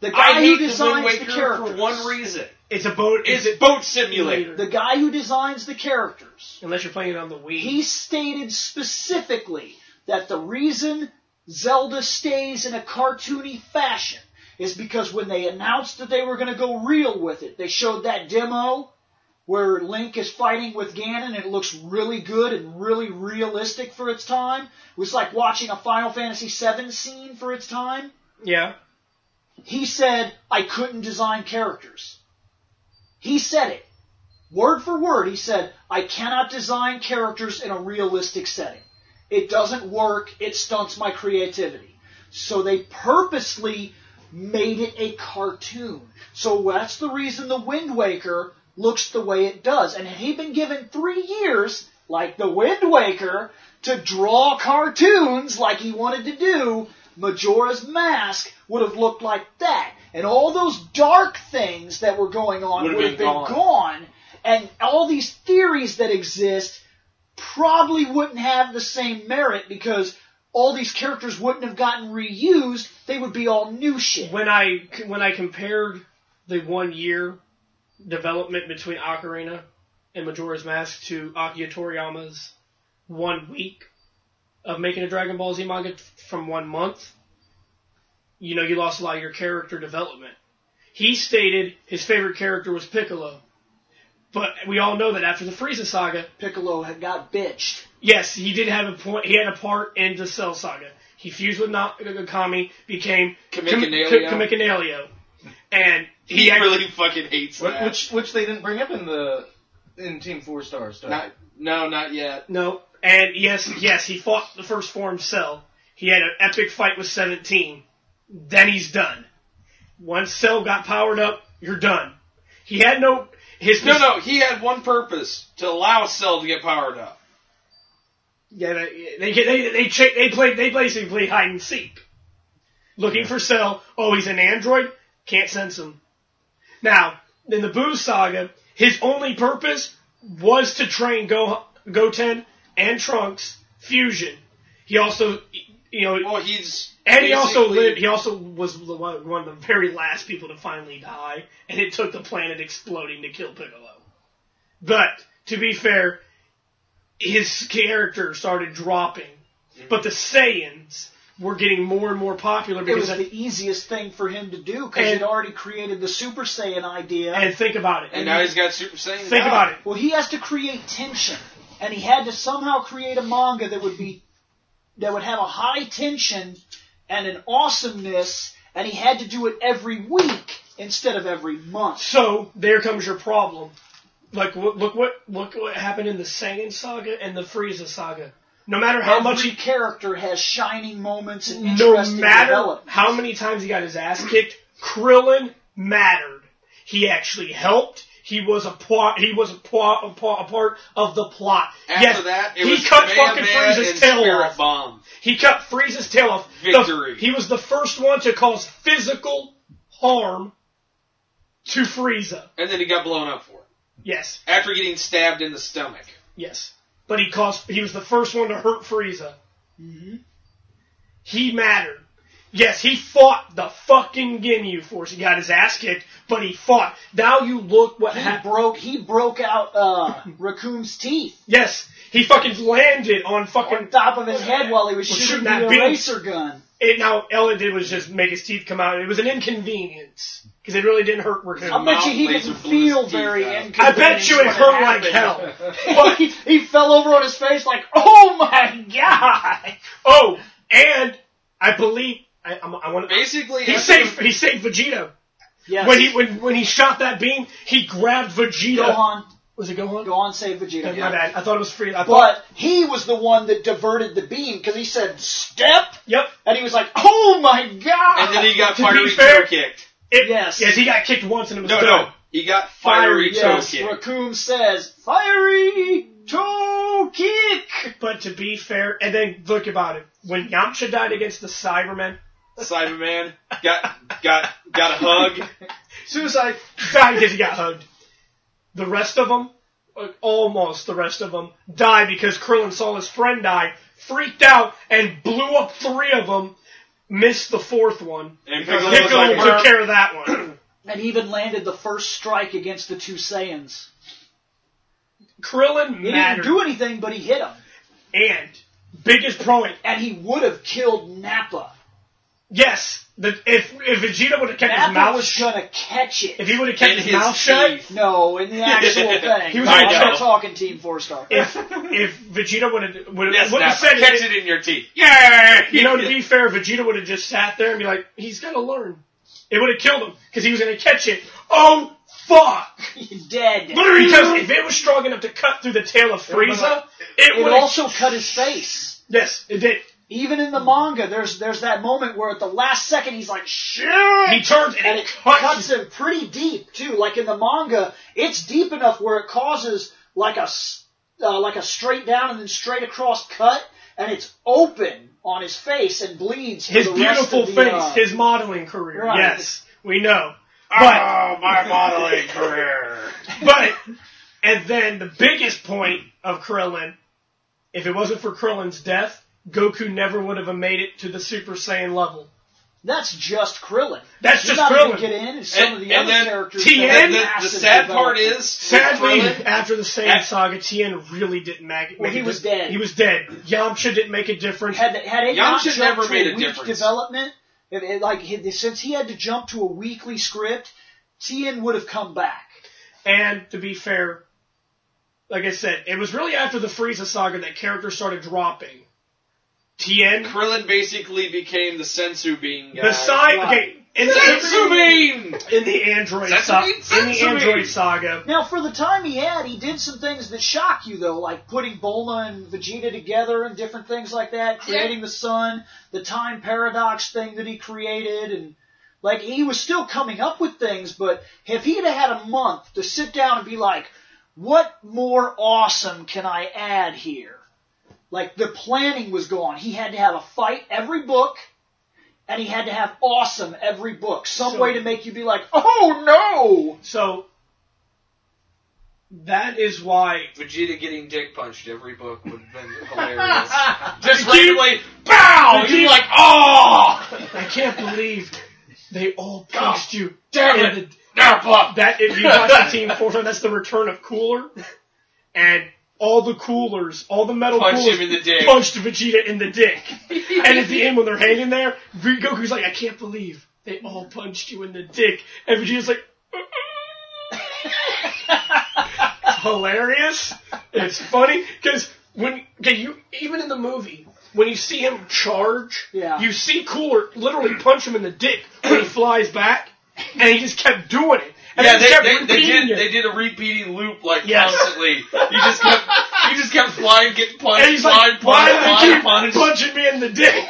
the guy
I hate
who
the Wind
designs
Waker
the characters,
for one reason.
it's a boat.
It's Boat Simulator.
the guy who designs the characters,
Unless you're playing it on the Wii.
he stated specifically that the reason Zelda stays in a cartoony fashion is because when they announced that they were going to go real with it, they showed that demo where Link is fighting with Ganon and it looks really good and really realistic for its time. It was like watching a Final Fantasy VII scene for its time.
yeah.
He said, I couldn't design characters. He said it. Word for word, he said, I cannot design characters in a realistic setting. It doesn't work, it stunts my creativity. So they purposely made it a cartoon. So that's the reason The Wind Waker looks the way it does. And had he been given three years, like The Wind Waker, to draw cartoons like he wanted to do, Majora's Mask would have looked like that. And all those dark things that were going on would have been gone. And all these theories that exist probably wouldn't have the same merit because all these characters wouldn't have gotten reused. They would be all new shit.
When I when I compared the one year development between Ocarina and Majora's Mask to Akira Toriyama's one week of making a Dragon Ball Z manga from one month, you know, you lost a lot of your character development. He stated his favorite character was Piccolo. But we all know that after the Frieza saga,
Piccolo had got bitched.
Yes, he did have a point. He had a part in the Cell Saga. He fused with Na- Kami, became
Kamikanaileo.
Kam- Kamikanaileo. and he,
He
act-
really fucking hates
Wh-
that.
Which which they didn't bring up in the in Team Four Star stuff.
Not, no, not yet.
no, and yes, yes, he fought the first form Cell. He had an epic fight with Seventeen. Then he's done. Once Cell got powered up, you're done. He had no his
No, no, he had one purpose to allow Cell to get powered up.
Yeah, they they they they, cha- they play they basically play hide and seek, looking for Cell. Oh, he's an android. Can't sense him. Now, in the Boo Saga, his only purpose was to train Go Goten and Trunks fusion. He also, you know,
Well, he's
and he also
basically-
lived. He also was the one one of the very last people to finally die, and it took the planet exploding to kill Piccolo. But to be fair, his character started dropping, but the Saiyans were getting more and more popular
It was
because.
the easiest thing for him to do because
And-
he'd already created the Super Saiyan idea.
and think about it.
And now he's got Super Saiyan.
think about it.
well, he has to create tension, and he had to somehow create a manga that would be that would have a high tension and an awesomeness, and he had to do it every week instead of every month.
So there comes your problem. Like wh- look what look what happened in the Saiyan saga and the Frieza saga. No matter how much
Every
he
character has shining moments and
no
interesting
matter
development.
how many times he got his ass kicked, Krillin mattered. He actually helped. He was a plot. He was a plot, a part- a part of the plot.
After
yes,
that, it
he
was
cut
Kamehameha
fucking
and
Frieza's tail
Spirit
off.
Bomb.
He cut Frieza's tail off. The-
Victory.
he was the first one to cause physical harm to Frieza.
And then he got blown up for it
Yes,
after getting stabbed in the stomach.
yes. But he caused. He was the first one to hurt Frieza.
Mm-hmm.
He mattered. Yes, he fought the fucking Ginyu Force. He got his ass kicked, but he fought. Now you look what
He
happened.
broke. He broke out uh, Raccoon's teeth
Yes, he fucking landed on fucking.
on top of his head while he was
Well,
shooting,
shooting that
the
beam.
eraser gun.
It, now, all it did was just make his teeth come out. It was an inconvenience because it really didn't hurt
I
Raccoon.
bet you he
mouth
didn't
laser blew his
feel
teeth
very
out.
inconvenienced.
I bet you it
when
hurt like
happened. [LAUGHS]
hell. [LAUGHS] But
he, he fell over on his face like, oh my god!
oh, and I believe I, I'm, I want.
Basically,
He
after
saved. He saved Vegito
Yes.
when he when when he shot that beam. He grabbed Vegito.
Gohan,
Was it Gohan?
Gohan saved
Yeah,
Vegeta.
My bad. I thought it was free. I thought.
But he was the one that diverted the beam because he said, step!
Yep.
And he was like, oh my god!
and then he got
To be
fiery [LAUGHS]
fair-
fair kicked.
It,
Yes.
Yes, he got kicked once and it was
No,
done.
no, He got fiery,
yes,
toe kick.
Raccoon says, fiery toe kick!
But to be fair, and then look about it. When Yamcha died against the Cybermen, [LAUGHS]
Cyberman got got got a hug.
[LAUGHS] Suicide.
died because he got hugged. The rest of them, almost the rest of them, died because Krillin saw his friend die, freaked out, and blew up three of them. Missed the fourth one.
And
Because
Piccolo
Piccolo
was
Piccolo
like,
took care of that one.
And even landed the first strike against the two Saiyans.
Krillin
He
mattered.
didn't do anything, but he hit him.
and biggest point,
And he would have killed Nappa.
yes, that if if Vegeta would have kept his
Nappa
mouth
was
shut,
gonna catch it.
if he would have kept
In
his,
his
mouth shut,
teeth.
No, in the
[LAUGHS]
actual thing.
He was
I'm
like,
not
no.
talking Team Four Star.
[LAUGHS] if if Vegeta would have would
yes,
have would have
Nappa,
said
catch
it,
it in your teeth.
yeah, you [LAUGHS] know, to be fair, Vegeta would have just sat there and be like, he's got to learn. It would have killed him because he was going to catch it. Oh fuck!
He's dead.
Literally, because if it was strong enough to cut through the tail of Frieza, it
It
would have.
also cut his face.
Yes, it did.
Even in the manga, there's there's that moment where at the last second he's like, shit!
He turns and,
And
it
it
cuts.
cuts him pretty deep too. Like in the manga, it's deep enough where it causes like a s- uh, like a straight down and then straight across cut, and it's open on his face and bleeds. for
his
the rest of
beautiful
the,
face,
uh,
his modeling career.
Right. Ah,
Yes, we know. But
Oh, my modeling career.
[LAUGHS] but and then the biggest point of Krillin, if it wasn't for Krillin's death, Goku never would have made it to the Super Saiyan level.
That's just Krillin.
That's
You're
just
not
Krillin.
Even get in some
And-
of the
and
other
then
characters.
TN,
that have
And the, the
massive
sad part
development.
is
Sadly,
with Krillin,
after the Saiyan
At-
saga, Tien really didn't ma- make.
Well, he
a
was
dif-
dead.
He was dead. Yamcha didn't make a difference.
had had it not
Yamcha
jumped
never
to
made
a,
a
week
difference.
development, if it, like he- since he had to jump to a weekly script, Tien would have come back.
And to be fair, like I said, it was really after the Frieza saga that characters started dropping. Tien,
Krillin basically became the sensu being guy.
beside
right.
okay, in
sensu
the,
bean.
in the Android saga,
Sesame,
in the
sesame.
Android saga,
Now, for the time he had, he did some things that shock you though, like putting Bulma and Vegeta together and different things like that, creating the sun, the time paradox thing that he created, and like he was still coming up with things. But if he'd have had a month to sit down and be like, what more awesome can I add here? Like the planning was gone. He had to have a fight every book, and he had to have awesome every book. Some
So-
way to make you be like, oh
so that is why
Vegeta getting dick punched every book would have been
[LAUGHS]
hilarious.
no.
Just randomly, bow.
Vegeta-
You're like, oh,
I can't believe they all punched you.
damn it, Nappa.
That if you watch
[LAUGHS]
the team four times, that's the return of Cooler, and all the coolers, all the metal
Punched
coolers
him in the dick.
punched Vegeta in the
[LAUGHS]
dick. and at the end, when they're hanging there, Re- Goku's like, "I can't believe they all punched you in the dick," and Vegeta's like. "Uh-uh."
[LAUGHS]
hilarious. It's funny because when okay, you even in the movie when you see him charge,
Yeah.
you see Cooler literally punch him in the dick when he flies back, and he just kept doing it. And
Yeah,
he kept
they, they, they
repeating
did
it.
they did a repeating loop like
Yes.
constantly. You just kept you just kept flying, getting punched,
and he's
flying,
like, "Why
punched,
do they
flying,
keep
punched.
punching me in the
[LAUGHS]
dick?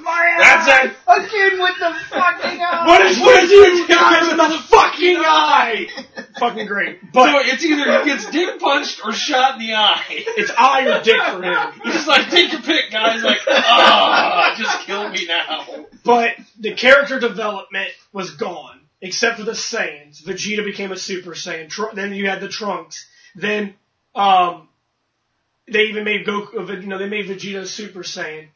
My
That's
eye!
it.
A kid with the fucking eye!
What is with you guys in the fucking
[LAUGHS]
eye? fucking great,
So
but
it's either he gets dick punched or shot in the eye.
it's eye or dick for him.
He's just like, take your pick, guys. Like, ah, just kill me now.
But the character development was gone, except for the Saiyans. Vegeta became a Super Saiyan. Tr- then you had the Trunks. Then um, they even made Goku. You know, they made Vegeta a Super Saiyan.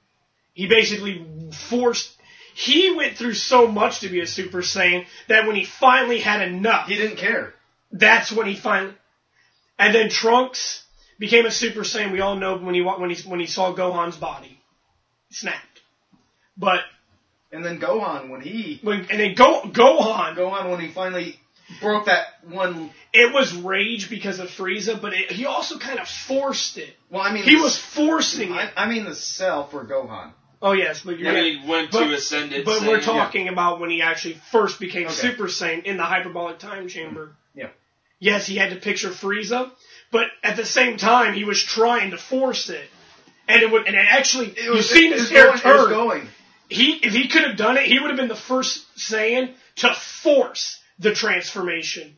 He basically forced. He went through so much to be a Super Saiyan that when he finally had enough,
He didn't care.
that's when he finally. And then Trunks became a Super Saiyan. We all know when he wa- when he when he saw Gohan's body, snapped. But
And then Gohan, when he
when, and then Go, Gohan,
Gohan, when he finally broke that one.
it was rage because of Frieza, but it, he also kind of forced it.
Well, I mean,
He
the-
was forcing
I,
it.
I mean, the cell for Gohan.
Oh yes, but you're
And he went
But-
to ascended.
but we're
Saiyan.
talking about when he actually first became
Okay.
Super Saiyan in the hyperbolic time chamber.
Yeah.
Yes, he had to picture Frieza, but at the same time he was trying to force it. And it would, and it actually, you've seen
it
his
was
hair
going, It was
turn.
going.
He, if he could have done it, he would have been the first Saiyan to force the transformation.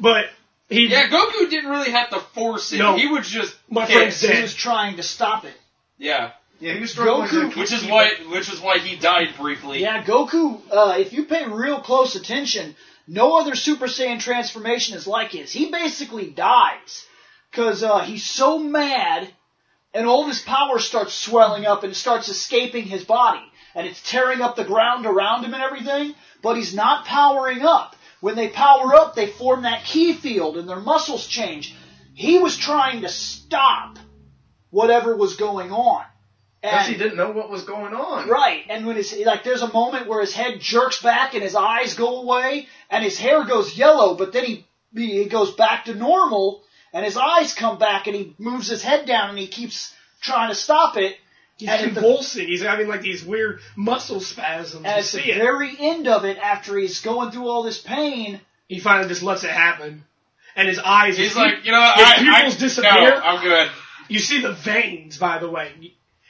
But he,
Yeah, Goku didn't really have to force it.
No.
He was just
my
yeah,
friend
He
said,
was trying to stop it.
yeah,
Yeah, he was struggling.
Goku-
to keep-
which is why which is why he died briefly.
Yeah, Goku, uh, if you pay real close attention, no other Super Saiyan transformation is like his. He basically dies because uh, he's so mad, and all of his power starts swelling up and starts escaping his body, and it's tearing up the ground around him and everything. But he's not powering up. When they power up, they form that key field, and their muscles change. He was trying to stop whatever was going on.
Plus,
And-
he didn't know what was going on.
Right, and when his like, there's a moment where his head jerks back and his eyes go away and his hair goes yellow, but then he he goes back to normal and his eyes come back and he moves his head down and he keeps trying to stop it.
he's
and at the-
convulsing. he's having like these weird muscle spasms.
And
You
at the
see it.
very end of it, after he's going through all this pain,
He finally just lets it happen, and his eyes.
He's
his
like,
pupil-
you know,
his
I,
pupils
I,
disappear.
No, I'm good.
You see the veins, by the way,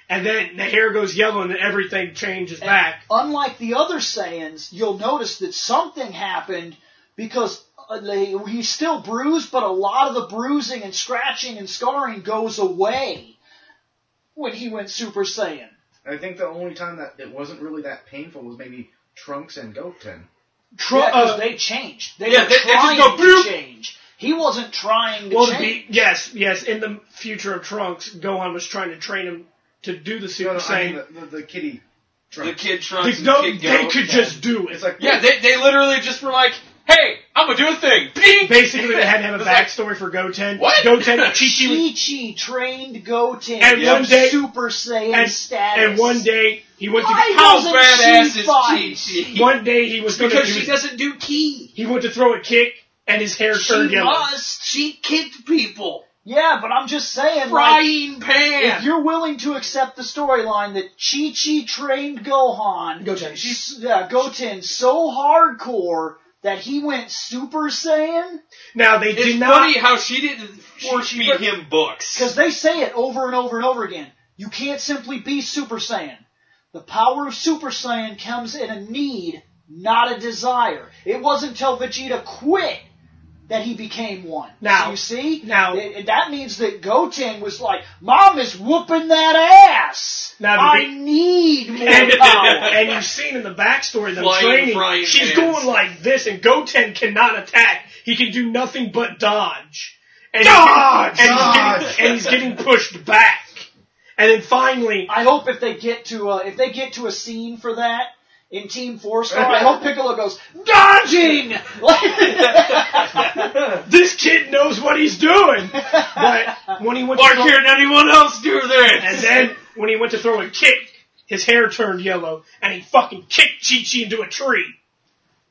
and then the hair goes yellow, and then everything changes back.
unlike the other Saiyans, you'll notice that something happened because uh, they- he's still bruised, but a lot of the bruising and scratching and scarring goes away when he went Super Saiyan.
I think the only time that it wasn't really that painful was maybe Trunks and Goten.
Tru-
yeah, 'cause
uh,
they changed. They
yeah,
were
they- they just
trying
go
to
bloop.
change. He wasn't trying to
well, to
change.
be, yes, yes. In the future of Trunks, Gohan was trying to train him to do the
No,
Super
no, I mean
Saiyan.
the, the, the kitty
The
Trunks.
kid Trunks
They-
and
no,
Kid
they
Go.
could just do it.
It's like
Yeah, they, they literally just were like, hey, I'm gonna do a thing. Bing!
Basically, they had to have a
It's like,
backstory for Goten.
What?
Goten, Chi-Chi was
Chi-Chi trained Goten
And
to
one day-
Super Saiyan
and,
status.
and one day he went to
Why
How
doesn't
badass
she
is
fight?
Chi-Chi?
one day he was going to
Because
he,
she
was-
doesn't do key.
he went to throw a kick and his hair
She
turned yellow.
must. She kicked people.
Yeah, but I'm just saying, like,
Frying
if
pan.
you're willing to accept the storyline that Chi-Chi trained Gohan,
Goten.
she's, yeah, Goten so hardcore that he went Super Saiyan,
Now they
It's
did not.
funny how she didn't force
she-
feed him books.
Because they say it over and over and over again. You can't simply be Super Saiyan. The power of Super Saiyan comes in a need, not a desire. It wasn't until Vegeta quit that he became one.
Now-
So you see?
now-
It- it- that means that Goten was like, Mom is whooping that ass!
Now, the
I
big-
need
[LAUGHS]
more
And,
power!
and you've seen in the backstory them
Flying
training.
frying
She's
pans.
going like this, and Goten cannot attack. He can do nothing but dodge. And
Dodge!
and, he's getting-
Dodge!
and he's getting pushed back. And then finally,
I hope if they get to a, if they get to a scene for that in Team Four Star, I hope Piccolo goes dodging.
this kid knows what
[LAUGHS]
he's doing. But when he went
Why
to throw-
can't anyone else do
And
this?
then when he went to throw a kick, his hair turned yellow, and he fucking kicked Chi Chi into a tree.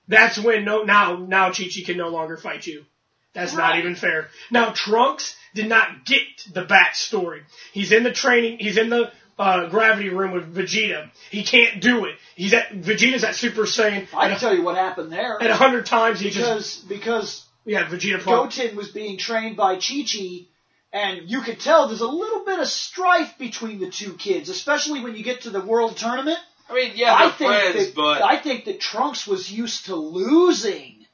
That's when no now now Chi Chi can no longer fight you. That's not
Right.
even fair. Now Trunks did not get the backstory. He's in the training. He's in the uh, gravity room with Vegeta. He can't do it. He's at Vegeta's at Super Saiyan.
[LAUGHS] I can
and
tell you what happened there.
a hundred times he just
because because
yeah Vegeta. Probably,
Goten was being trained by Chi Chi, and you could tell there's a little bit of strife between the two kids, especially when you get to the world tournament.
I mean, yeah,
I
they're
think
friends,
that,
but
I think that Trunks was used to losing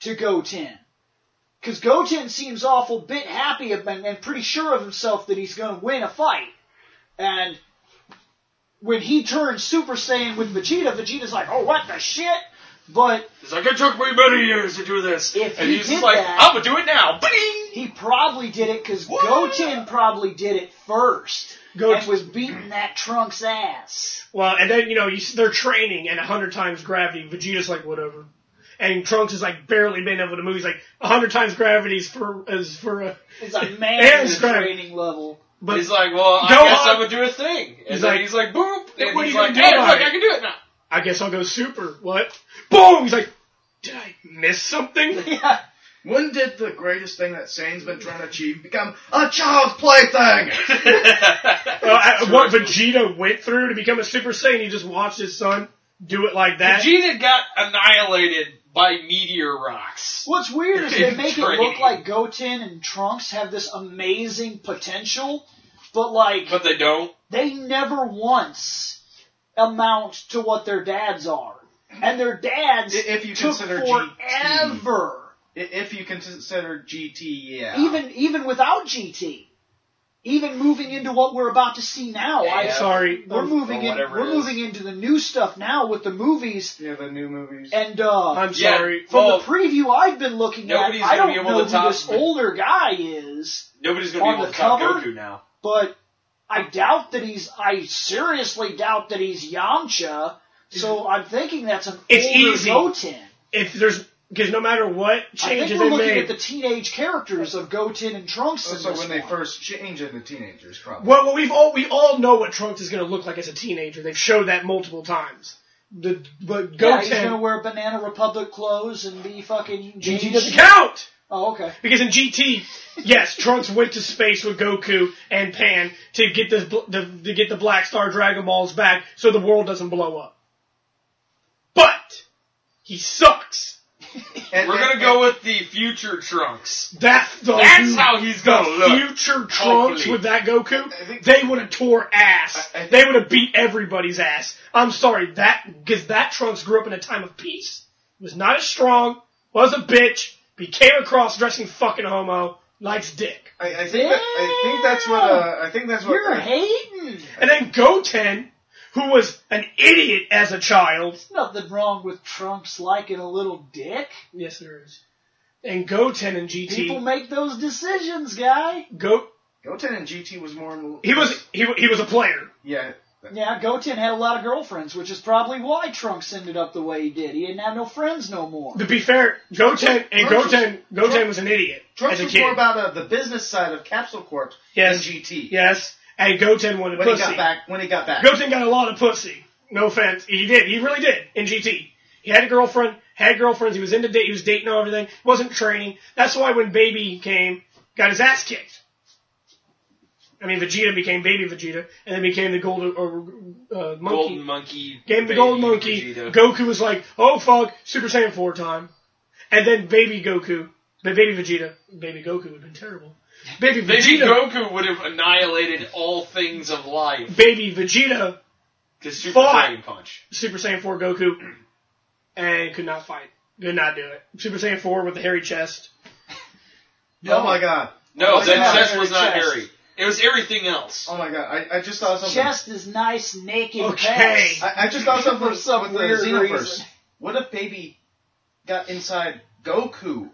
to Goten. Because Goten seems awful bit happy of, and, and pretty sure of himself that he's going to win a fight. And when he turns Super Saiyan with Vegeta, Vegeta's like, oh, what the shit? But
He's like, it took me many years to do this.
If
and
he
he's
did
just like,
that-
I'm gonna do it now. Bing!
he probably did it because Goten probably did it first.
Goten-
and was beating that Trunks ass.
Well, and then you know you, s- they're training and a hundred times gravity. Vegeta's like whatever, and Trunks is like barely being able to move. He's like a hundred times gravity is for is for. A,
It's
[LAUGHS]
a
And
man's
strength.
training level.
but
he's like, well, I
Go
guess
on.
I'm gonna do a thing. And
He's
then
like-
he's like, boop. And
what are
he's
you gonna
like,
do
hey,
about
look,
it?"
I can do it now.
I guess I'll go super. What? Boom! He's like, did I miss something? [LAUGHS]
Yeah.
when did the greatest thing that Saiyan's been trying to achieve become a child's [LAUGHS] plaything?
[LAUGHS] Well, I- what Vegeta went through to become a Super Saiyan? He just watched his son do it like that.
Vegeta got annihilated by meteor rocks.
What's weird is
[LAUGHS]
they make it look
Training.
like Goten and Trunks have this amazing potential, but like
But they don't.
they never once amount to what their dads are. and their dads
I- if you
took
consider
forever.
I- If you consider GT, yeah.
Even even without GT, even moving into what we're about to see now,
Yeah,
I-
yeah.
Sorry.
we're moving in,
whatever
we're
it is.
moving into the new stuff now with the movies
yeah, the new movies.
and uh,
I'm
Yeah.
sorry.
from
well,
the preview I've been looking at,
nobody's
I
gonna
don't
be able
know
to
who
top
this
me.
older guy is,
Nobody's going to
On
be able
the
to top
cover?
Goku now.
but I doubt that he's. I seriously doubt that he's Yamcha. So I'm thinking that's an
It's
older
easy.
Goten.
If there's because no matter what
I
changes
think we're
they
looking
made,
at the teenage characters of Goten and Trunks. in
Also,
this
when they
one.
first change into teenagers, probably.
Well, well, we've all we all know what Trunks is going to look like as a teenager. They've showed that multiple times. The but
yeah,
Goten
he's gonna wear Banana Republic clothes and be fucking
GT
James-
doesn't count
Oh, okay.
because in GT, yes, Trunks went to space with Goku and Pan to get the, bl- the to get the Black Star Dragon Balls back, so the world doesn't blow up. But he sucks.
And-
We're
and-
going to go with the future Trunks.
That's the
That's how he's going to look.
future Trunks
Hopefully.
with that Goku,
I think-
they would have tore ass.
I- I think-
they would have beat everybody's ass. I'm sorry that because that Trunks grew up in a time of peace, was not as strong, was a bitch, became a cross-dressing fucking homo, likes dick,
I, I think that, I think that's what uh, I think that's what
You're
uh,
hating.
and then Goten, who was an idiot as a child.
Nothing wrong with Trunks liking a little dick.
Yes, there is. And Goten and GT,
People make those decisions, guy.
Go,
Goten and GT was more. in-
he was he, wa- he was a player.
yeah.
Yeah, Goten had a lot of girlfriends, which is probably why Trunks ended up the way he did. He didn't have no friends no more.
To be fair, Goten and
Trunks was-
Goten Goten was an idiot
Trunks
as a
was
kid.
more about uh, the business side of Capsule Corp
Yes.
than GT.
yes, and Goten wanted
When
pussy.
he got back, when he got back,
Goten got a lot of pussy. No offense, he did. He really did in GT. He had a girlfriend, had girlfriends. He was into date. He was dating and everything. wasn't training. That's why when Baby came, got his ass kicked. I mean, Vegeta became Baby Vegeta, and then became the Golden or, uh, Monkey.
Golden Monkey.
Game
Baby
the Gold Monkey.
Vegeta.
Goku was like, "Oh fuck, Super Saiyan four time," and then Baby Goku, but Baby Vegeta, Baby Goku would have been terrible. Baby
Baby
Vegeta,
Goku would have annihilated all things of life.
Baby Vegeta,
Because Super
Fuck.
Dragon Punch.
Super Saiyan 4 Goku and could not fight. Could not do it. Super Saiyan 4 with the hairy chest.
oh my god,
No,
Oh,
that
yeah.
chest was not
Chest.
hairy. It was everything else.
oh my god, I, I just saw something.
Chest is nice, naked.
Okay.
Chest.
I, I just thought something
For some
with the
weird
Xenoverse.
reason.
What if Baby got inside Goku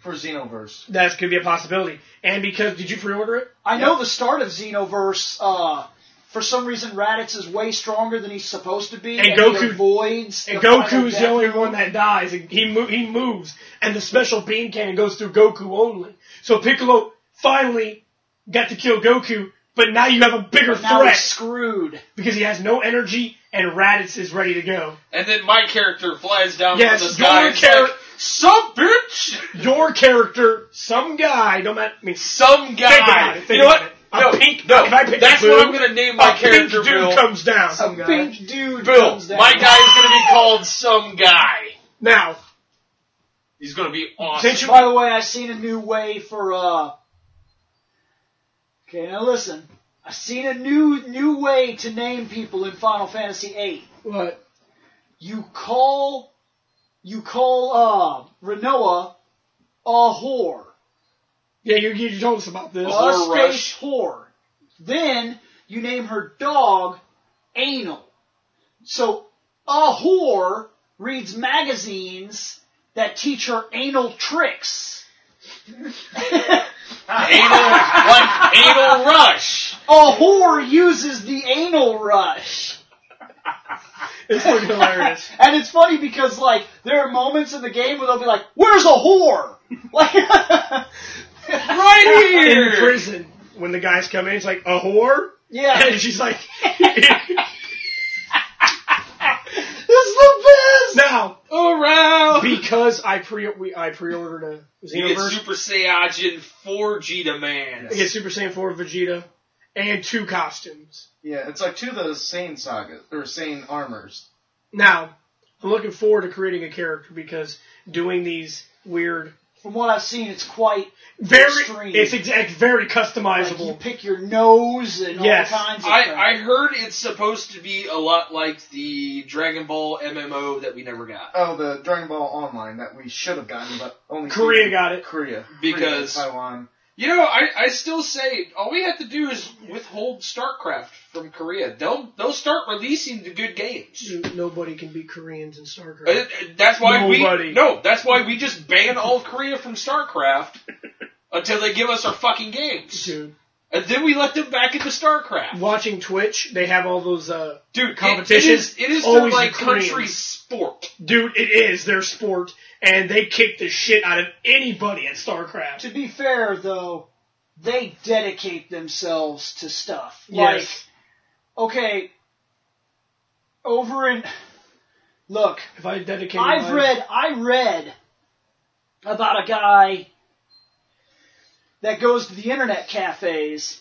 for Xenoverse?
That could be a possibility. And because did you pre-order it?
I know
Yeah.
the start of Xenoverse. Uh, for some reason, Raditz is way stronger than he's supposed to be,
And
he
Goku-
avoids.
And
the final
Goku's
death.
the only one that dies. And he mo- he moves, and the special beam cannon goes through Goku only. So Piccolo finally got to kill Goku, but now you have a bigger
now he's
threat
screwed.
because he has no energy, and Raditz is ready to go.
And then my character flies down
Yes,
from the sky.
your
and it's like,
character-
Some bitch!
Your character, some guy, no matter. I mean,
Some guy.
Think about it, think
you know
about
what?
it. A
no,
pink-
no.
if I pick
that's
a
what
blue,
I'm going to name my
a
character,
pink dude
Bill.
comes down.
A
guy.
big dude
Bill,
comes down.
my guy is going to be called Some Guy.
Now,
He's going to be awesome.
since you
By the way, I seen a new way for uh. Okay, now listen. I seen a new new way to name people in Final Fantasy VIII.
what?
You call, you call uh Renoa a whore,
Yeah, you, you told us about this.
a
whore rush.
space whore. Then you name her dog Anal. So a whore reads magazines that teach her anal tricks.
anal, like anal rush.
A whore uses the anal rush.
It's
[LAUGHS]
fucking hilarious.
And it's funny because, like, there are moments in the game where they'll be like, where's a whore? [LAUGHS] Like,
Right
In
here.
prison, when the guys come in, it's like a whore,
yeah.
and she's like, [LAUGHS]
It's the best!
now
Around.
because I pre we, I pre-ordered a
You get
Xenoverse,
Super Saiyajin 4 Gita Man.
I get Super Saiyan Four Vegeta, and two costumes.
Yeah, it's like two of those Sane sagas or Sane armors.
Now I'm looking forward to creating a character because doing these weird
From what I've seen, it's quite
Very,
Extreme.
it's exact, very
like you
customizable.
pick your nose and
Yes.
all kinds of
I,
things.
I heard it's supposed to be a lot like the Dragon Ball MMO that we never got
Oh, the Dragon Ball Online that we should have gotten, but only
Korea got it.
Korea
because
Korea, Taiwan.
you know I, I still say all we have to do is withhold StarCraft from Korea. They'll they'll start releasing the good games.
Nobody can beat Koreans in StarCraft.
Uh, That's why
Nobody.
we no. That's why we just ban all of Korea from StarCraft
[LAUGHS]
until they give us our fucking games,
Dude,
and then we let them back into StarCraft.
watching Twitch, they have all those. uh
Dude, it-
Competition
It is, it is their
always
like
the Koreans.
country sport.
Dude, it is their sport, and they kick the shit out of anybody at StarCraft.
to be fair, though, they dedicate themselves to stuff.
Yes.
Like, okay, over in. Look,
If I dedicated,
I've
my-
read I read about a guy that goes to the internet cafes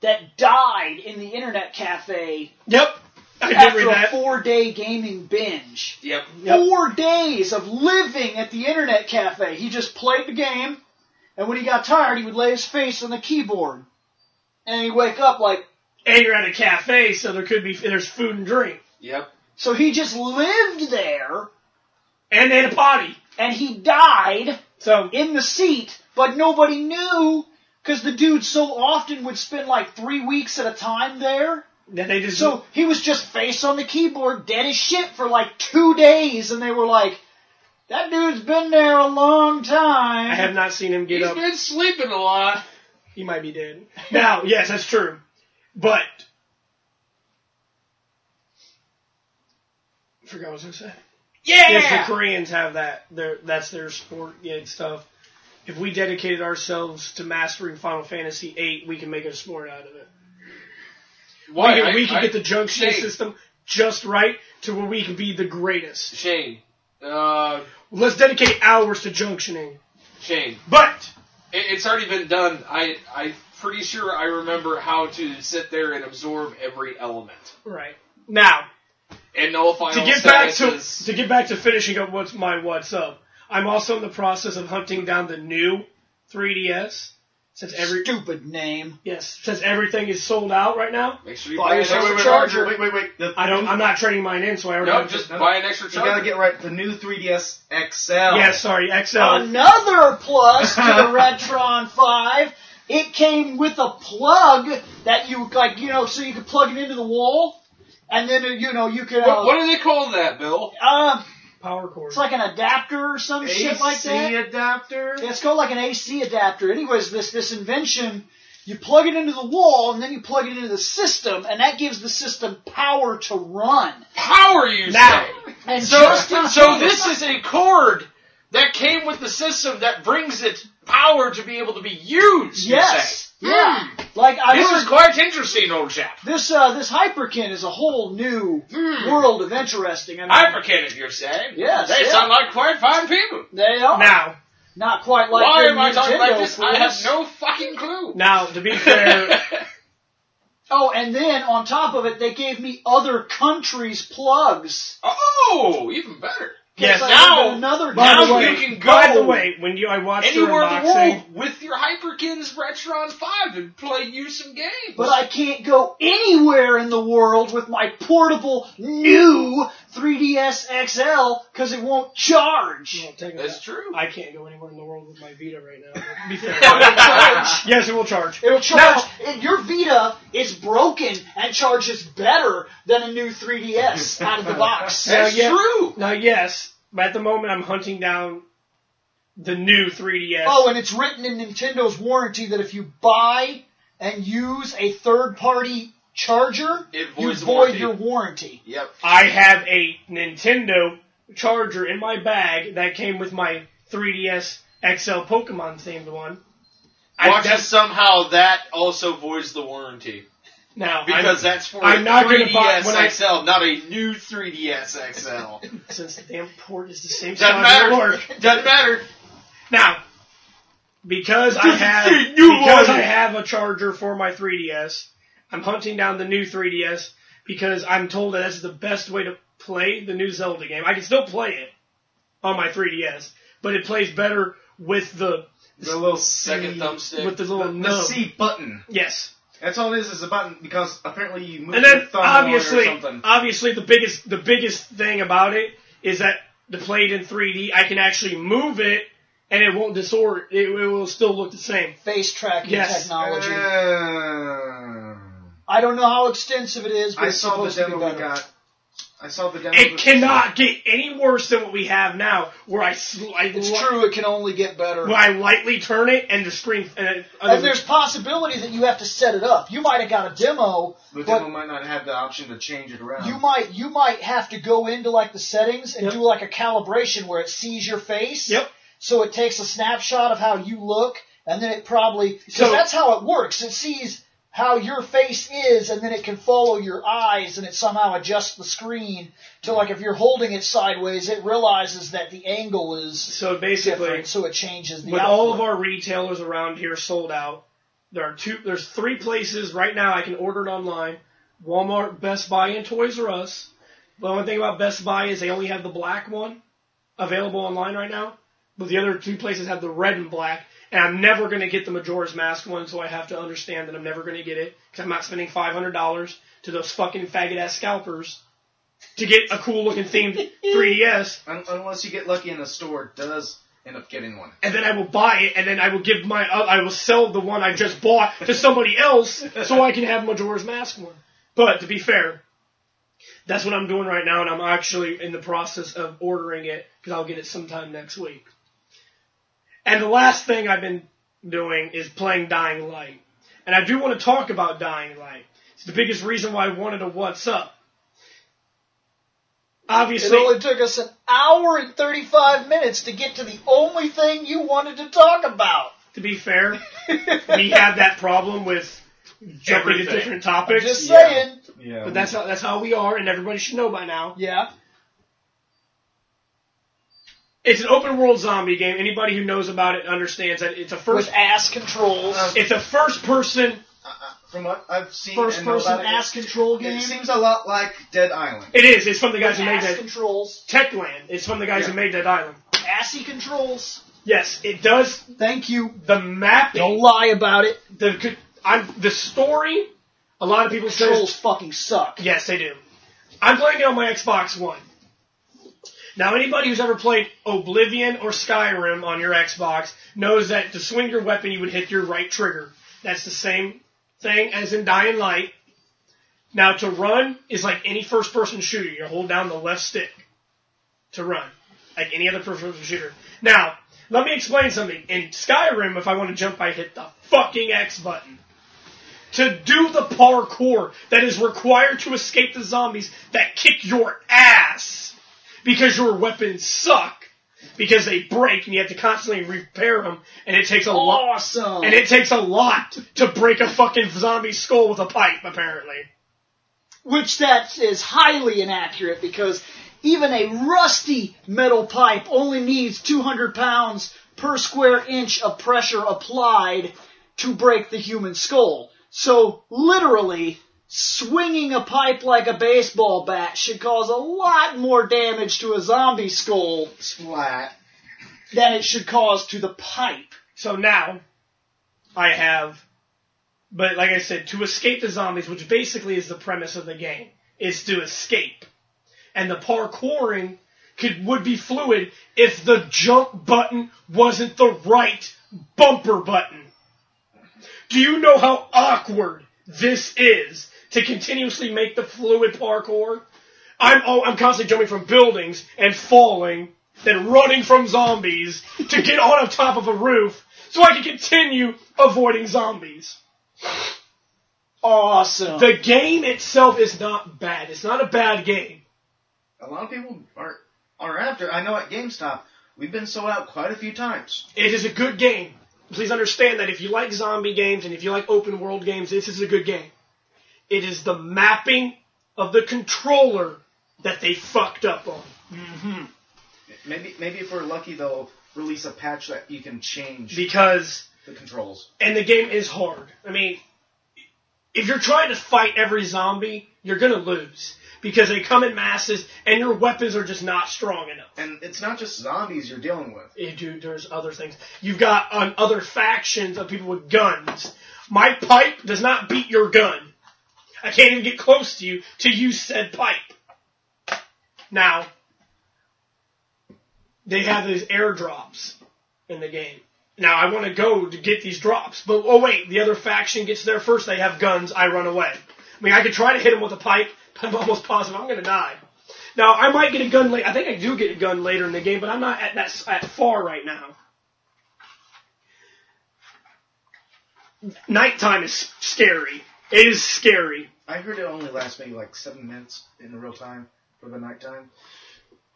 that died in the internet cafe
Yep, I did
after
read
a
that.
four day gaming binge.
Yep.
Yep.
Four days of living at the internet cafe. He just played the game, and when he got tired, he would lay his face on the keyboard. And he'd wake up like,
and you're at a cafe, so there could be there's food and drink,
Yep.
so he just lived there,
and then a potty.
and he died
So
in the seat, but nobody knew, because the dude so often would spend like three weeks at a time there.
then they just
So he was just face on the keyboard, dead as shit for like two days, and they were like, that dude's been there a long time.
I have not seen him get
He's
up.
been sleeping a lot.
He might be dead. Now, yes, that's true. But I forgot what I was gonna say.
Yeah.
Yes, the Koreans have that. Their that's their sport and stuff. If we dedicated ourselves to mastering Final Fantasy VIII, we can make a sport out of it.
Why?
we can,
I-
we can
I-
get the junction
Shane.
system just right to where we can be the greatest.
Shane. Uh,
Let's dedicate hours to junctioning.
Shane.
But
It, it's already been done. I I'm pretty sure I remember how to sit there and absorb every element
right now,
and nullify
to
all
get back to
statuses.
to get back to finishing up what's my what's up. I'm also in the process of hunting down the new 3ds since every
stupid
[LAUGHS]
name.
yes since everything is sold out right now.
Make sure you
Buy
buy an
yourself
extra
a
charger.
Wait, wait, wait. The-
I don't. I'm not trading mine in, so I already.
No, just
No, no.
buy an extra
You gotta
charger.
get right. The new 3DS XL.
yeah, sorry, XL.
Um, Another plus to
[LAUGHS]
the Retron 5. It came with a plug that you like, you know, so you could plug it into the wall, and then uh, you know you could. Uh,
what, what do they call that, Bill?
uh,
Power cord.
it's like an adapter or some shit like that.
AC adapter.
[LAUGHS]
It's called like an AC adapter. Anyways, this this invention, you plug it into the wall and then you plug it into the system, and that gives the system power to run.
Power, you
Now.
say?
[LAUGHS] And
So,
just in
so
case-
this is a cord that came with the system that brings it power to be able to be used. you say. Hmm.
yes, yeah. Like I
This
heard,
is quite interesting, old chap.
this uh, this hyperkin is a whole new
Hmm.
world of interesting. I mean,
Hyperkin, if you're saying.
Yes,
They
yeah.
sound like quite fine people.
they are
now,
not quite like.
Why
your
am I talking
Nintendo
like this? I have
fools.
no fucking clue.
now to be
[LAUGHS]
fair,
Oh, and then on top of it, they gave me other countries' plugs.
[LAUGHS] oh, even better.
yes.
Like,
now-
another
By
Now
the way,
you can go
by the way, when you I watched your
anywhere in the
unboxing,
world with your Hyperkins Retron 5 and play you some games.
But I can't go anywhere in the world with my portable new 3DS XL because it won't charge.
Well, take it
That's
out.
true.
I can't go anywhere in the world with my Vita right now.
[LAUGHS]
but Be fair.
charge.
yes, it will charge.
It'll charge. and your Vita is broken and charges better than a new
[LAUGHS]
3DS out of the box.
That's
yeah.
true.
Now, yes, but at the moment I'm hunting down the new 3DS.
Oh, and it's written in Nintendo's warranty that if you buy and use a third-party charger,
It
you
voids the
void
warranty.
your warranty.
Yep.
I have a Nintendo charger in my bag that came with my 3DS XL Pokemon themed one. I-
Watch
that's-
as somehow that also voids the warranty.
now
Because
I'm-
that's for
I'm
a
not gonna
3DS
buy- when I-
XL, not a new 3DS XL.
since the damn port is the same
Doesn't
size, it'll
matter.
work.
Doesn't matter.
Now, because I have
say new
because
one.
I have a charger for my 3DS, I'm hunting down the new 3DS because I'm told that that's the best way to play the new Zelda game. I can still play it on my 3DS, but it plays better with the
The little
Second
C-
thumbstick.
with the
The,
little
the
nub.
C button.
Yes,
That's all it is. Is a button because apparently you move
and
your
then
thumb
obviously,
on it or something.
obviously the biggest the biggest thing about it is that the played in 3D, I can actually move it and it won't disorder. It, it will still look the same.
Face tracking
Yes.
technology.
Uh,
I don't know how extensive it is, but
I
it's
saw the
supposed to be
demo we
better.
got. I saw the demo.
It
that-
cannot get any worse than what we have now, where I sl- I,
It's
li-
true. It can only get better.
where I lightly turn it and the screen. uh, And it,
And there's possibility that you have to set it up. You might have got a demo.
The
But-
demo might not have the option to change it around.
You might you might have to go into like the settings and
Yep.
do like a calibration where it sees your face.
Yep.
So it takes a snapshot of how you look, and then it probably so
So-
that's how it works. It sees how your face is, and then it can follow your eyes, and it somehow adjusts the screen to like if you're holding it sideways, it realizes that the angle is
so basically,
different, so it changes the.
with all of
output.
our retailers around here sold out, there are two. There's three places right now I can order it online: Walmart, Best Buy, and Toys R Us. The only thing about Best Buy is they only have the black one available online right now, but the other two places have the red and black. And I'm never going to get the Majora's Mask one, so I have to understand that I'm never going to get it because I'm not spending $500 to those fucking faggot ass scalpers to get a cool looking themed 3DS
Un- unless you get lucky and the store does end up getting one.
and then I will buy it, and then I will give my, uh, I will sell the one I just bought to somebody else, so I can have Majora's Mask one. But to be fair, that's what I'm doing right now, and I'm actually in the process of ordering it because I'll get it sometime next week. And the last thing I've been doing is playing Dying Light, and I do want to talk about Dying Light. It's the biggest reason why I wanted a What's Up.
It
Obviously,
only took us an hour and 35 minutes to get to the only thing you wanted to talk about.
to be fair, we have that problem with jumping
Everything.
to different topics.
Just
Yeah.
saying.
Yeah.
but that's how that's how we are, and everybody should know by now.
Yeah.
It's an open world zombie game. Anybody who knows about it understands that it's a first
With ass controls.
it's a first person
from what I've seen.
First
and know
person
about it,
ass control
it,
game.
it seems a lot like Dead Island.
it is, it's from the guys
ass
who made that
controls.
Techland. It's from the guys
Yeah.
who made that island.
Assy controls.
Yes, it does
Thank you.
the mapping
Don't lie about it.
the co- I'm, the story a lot of people say
Controls fucking suck.
Yes, they do. I'm playing it on my Xbox One. Now, anybody who's ever played Oblivion or Skyrim on your Xbox knows that to swing your weapon, you would hit your right trigger. That's the same thing as in Dying Light. Now, to run is like any first person shooter. You hold down the left stick to run, like any other first person shooter. Now, let me explain something. In Skyrim, if I want to jump, I hit the fucking X button to do the parkour that is required to escape the zombies that kick your ass because your weapons suck because they break and you have to constantly repair them and it takes a lot
Awesome.
and it takes a lot to break a fucking zombie skull with a pipe apparently
Which that is highly inaccurate because even a rusty metal pipe only needs 200 pounds per square inch of pressure applied to break the human skull. So literally, swinging a pipe like a baseball bat should cause a lot more damage to a zombie skull
Splat.
than it should cause to the pipe.
so now i have but like i said to escape the zombies which basically is the premise of the game is to escape and the parkouring could would be fluid if the jump button wasn't the right bumper button. Do you know how awkward this is to continuously make the fluid parkour? I'm oh, I'm constantly jumping from buildings and falling, then running from zombies to get on top of a roof so I can continue avoiding zombies.
Awesome.
The game itself is not bad. It's not a bad game.
A lot of people are are after. I know at GameStop we've been sold out quite a few times.
It is a good game. Please understand that if you like zombie games and if you like open world games, this is a good game. It is the mapping of the controller that they fucked up on.
Maybe maybe if we're lucky they'll release a patch that you can change
Because,
the controls.
and the game is hard. I mean, if you're trying to fight every zombie, you're gonna lose. because they come in masses and your weapons are just not strong enough.
And it's not just zombies you're dealing with.
Eh, dude, there's other things. You've got um, other factions of people with guns. My pipe does not beat your gun. I can't even get close to you to use said pipe. Now, they have these airdrops in the game. Now, I want to go to get these drops, but oh wait, the other faction gets there first. They have guns. I run away. I mean, I could try to hit him with a pipe, but I'm almost positive I'm going to die. Now I might get a gun later. I think I do get a gun later in the game, but I'm not at that s- at far right now. Nighttime is scary. It is scary,
I heard it only lasts maybe like seven minutes in real time for the nighttime.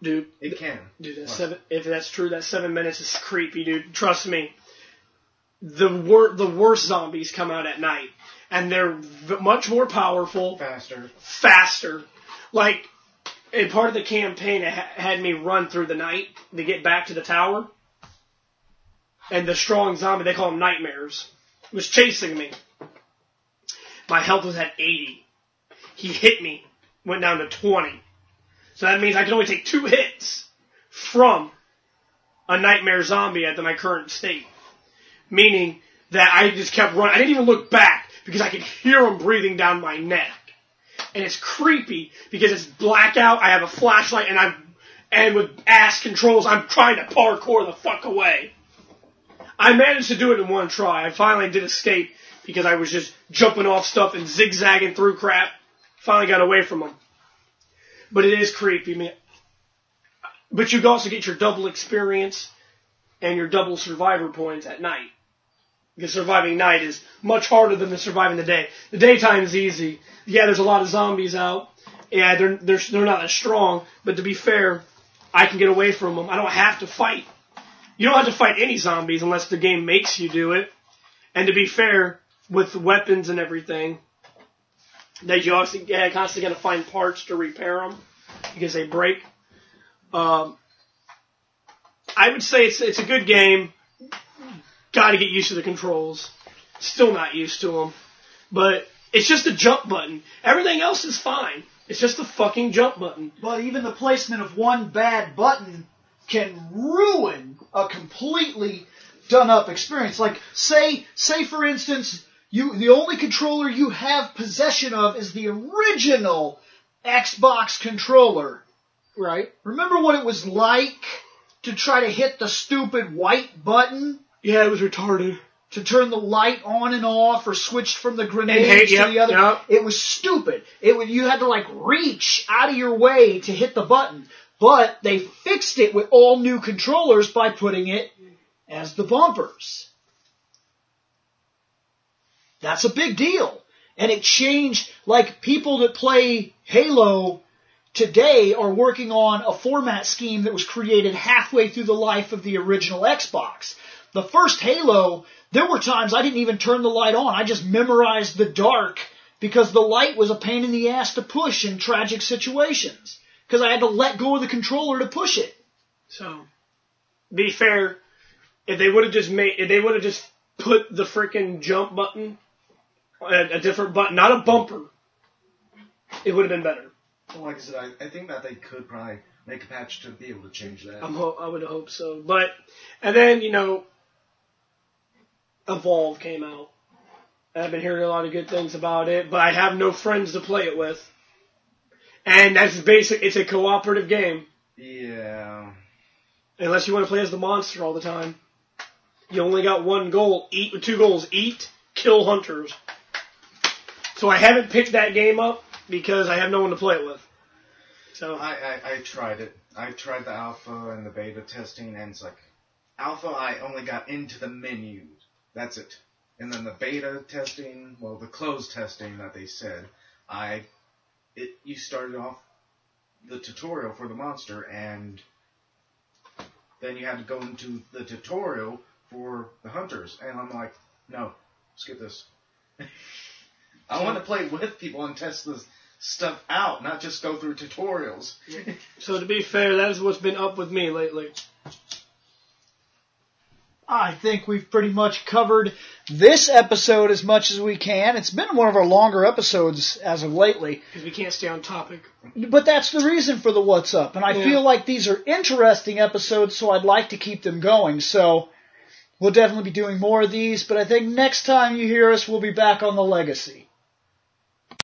dude.
It can.
Dude, that
What?
seven. If that's true, that seven minutes is creepy, dude. Trust me. The wor- the worst zombies come out at night, and they're v- much more powerful.
Faster.
faster. Like, a part of the campaign ha- had me run through the night to get back to the tower. And the strong zombie, they call them nightmares, was chasing me. My health was at 80. He hit me, went down to 20. So that means I can only take two hits from a nightmare zombie at my current state. Meaning that I just kept running. I didn't even look back because I could hear him breathing down my neck and it's creepy because it's blackout. I have a flashlight, and I'm and with ass controls, I'm trying to parkour the fuck away. I managed to do it in one try. I finally did escape because I was just jumping off stuff and zigzagging through crap. Finally got away from them. But it is creepy, man. But you can also get your double experience and your double survivor points at night. Because surviving night is much harder than the surviving the day. The daytime is easy. Yeah, there's a lot of zombies out. Yeah, they're they're they're not as strong. But to be fair, I can get away from them. I don't have to fight. You don't have to fight any zombies unless the game makes you do it. And to be fair, with weapons and everything, that you also yeah, constantly got to find parts to repair them because they break. Um, I would say it's it's a good game got to get used to the controls. Still not used to them. But it's just the jump button. Everything else is fine. It's just the fucking jump button.
But even the placement of one bad button can ruin a completely done up experience. Like say say for instance, you the only controller you have possession of is the original Xbox controller. Right? Remember what it was like to try to hit the stupid white button
Yeah, it was retarded.
to turn the light on and off or switched from the grenade
And hit,
to
yep,
the other.
yep.
It was stupid. It would, you had to like reach out of your way to hit the button. But they fixed it with all new controllers by putting it as the bumpers. That's a big deal. And it changed, like people that play Halo today are working on a format scheme that was created halfway through the life of the original Xbox. The first Halo, there were times I didn't even turn the light on. I just memorized the dark because the light was a pain in the ass to push in tragic situations. Because I had to let go of the controller to push it.
So, be fair. If they would have just made, if they would have just put the freaking jump button, a, a different button, not a bumper, it would have been better.
Well, like I said, I, I think that they could probably make a patch to be able to change that.
I'm ho- I would hope so. But and then you know, Evolve came out. And I've been hearing a lot of good things about it, but I have no friends to play it with. And that's basic. It's a cooperative game,
yeah.
unless you want to play as the monster all the time. You only got one goal. Eat two goals. Eat, kill hunters. So I haven't picked that game up because I have no one to play it with. So
I, I, I tried it. I tried the alpha and the beta testing, and it's like, alpha, I only got into the menu. That's it. And then the beta testing, well, the closed testing that they said, I, it, you started off the tutorial for the monster, and then you had to go into the tutorial for the hunters, and I'm like, no, skip this. [LAUGHS] I want to play with people and test this stuff out, not just go through tutorials.
so to be fair, that is what's been up with me lately.
I think we've pretty much covered this episode as much as we can. It's been one of our longer episodes as of lately.
because we can't stay on topic.
But that's the reason for the what's up. And I
Yeah.
feel like these are interesting episodes, so I'd like to keep them going. So we'll definitely be doing more of these. But I think next time you hear us, we'll be back on the legacy.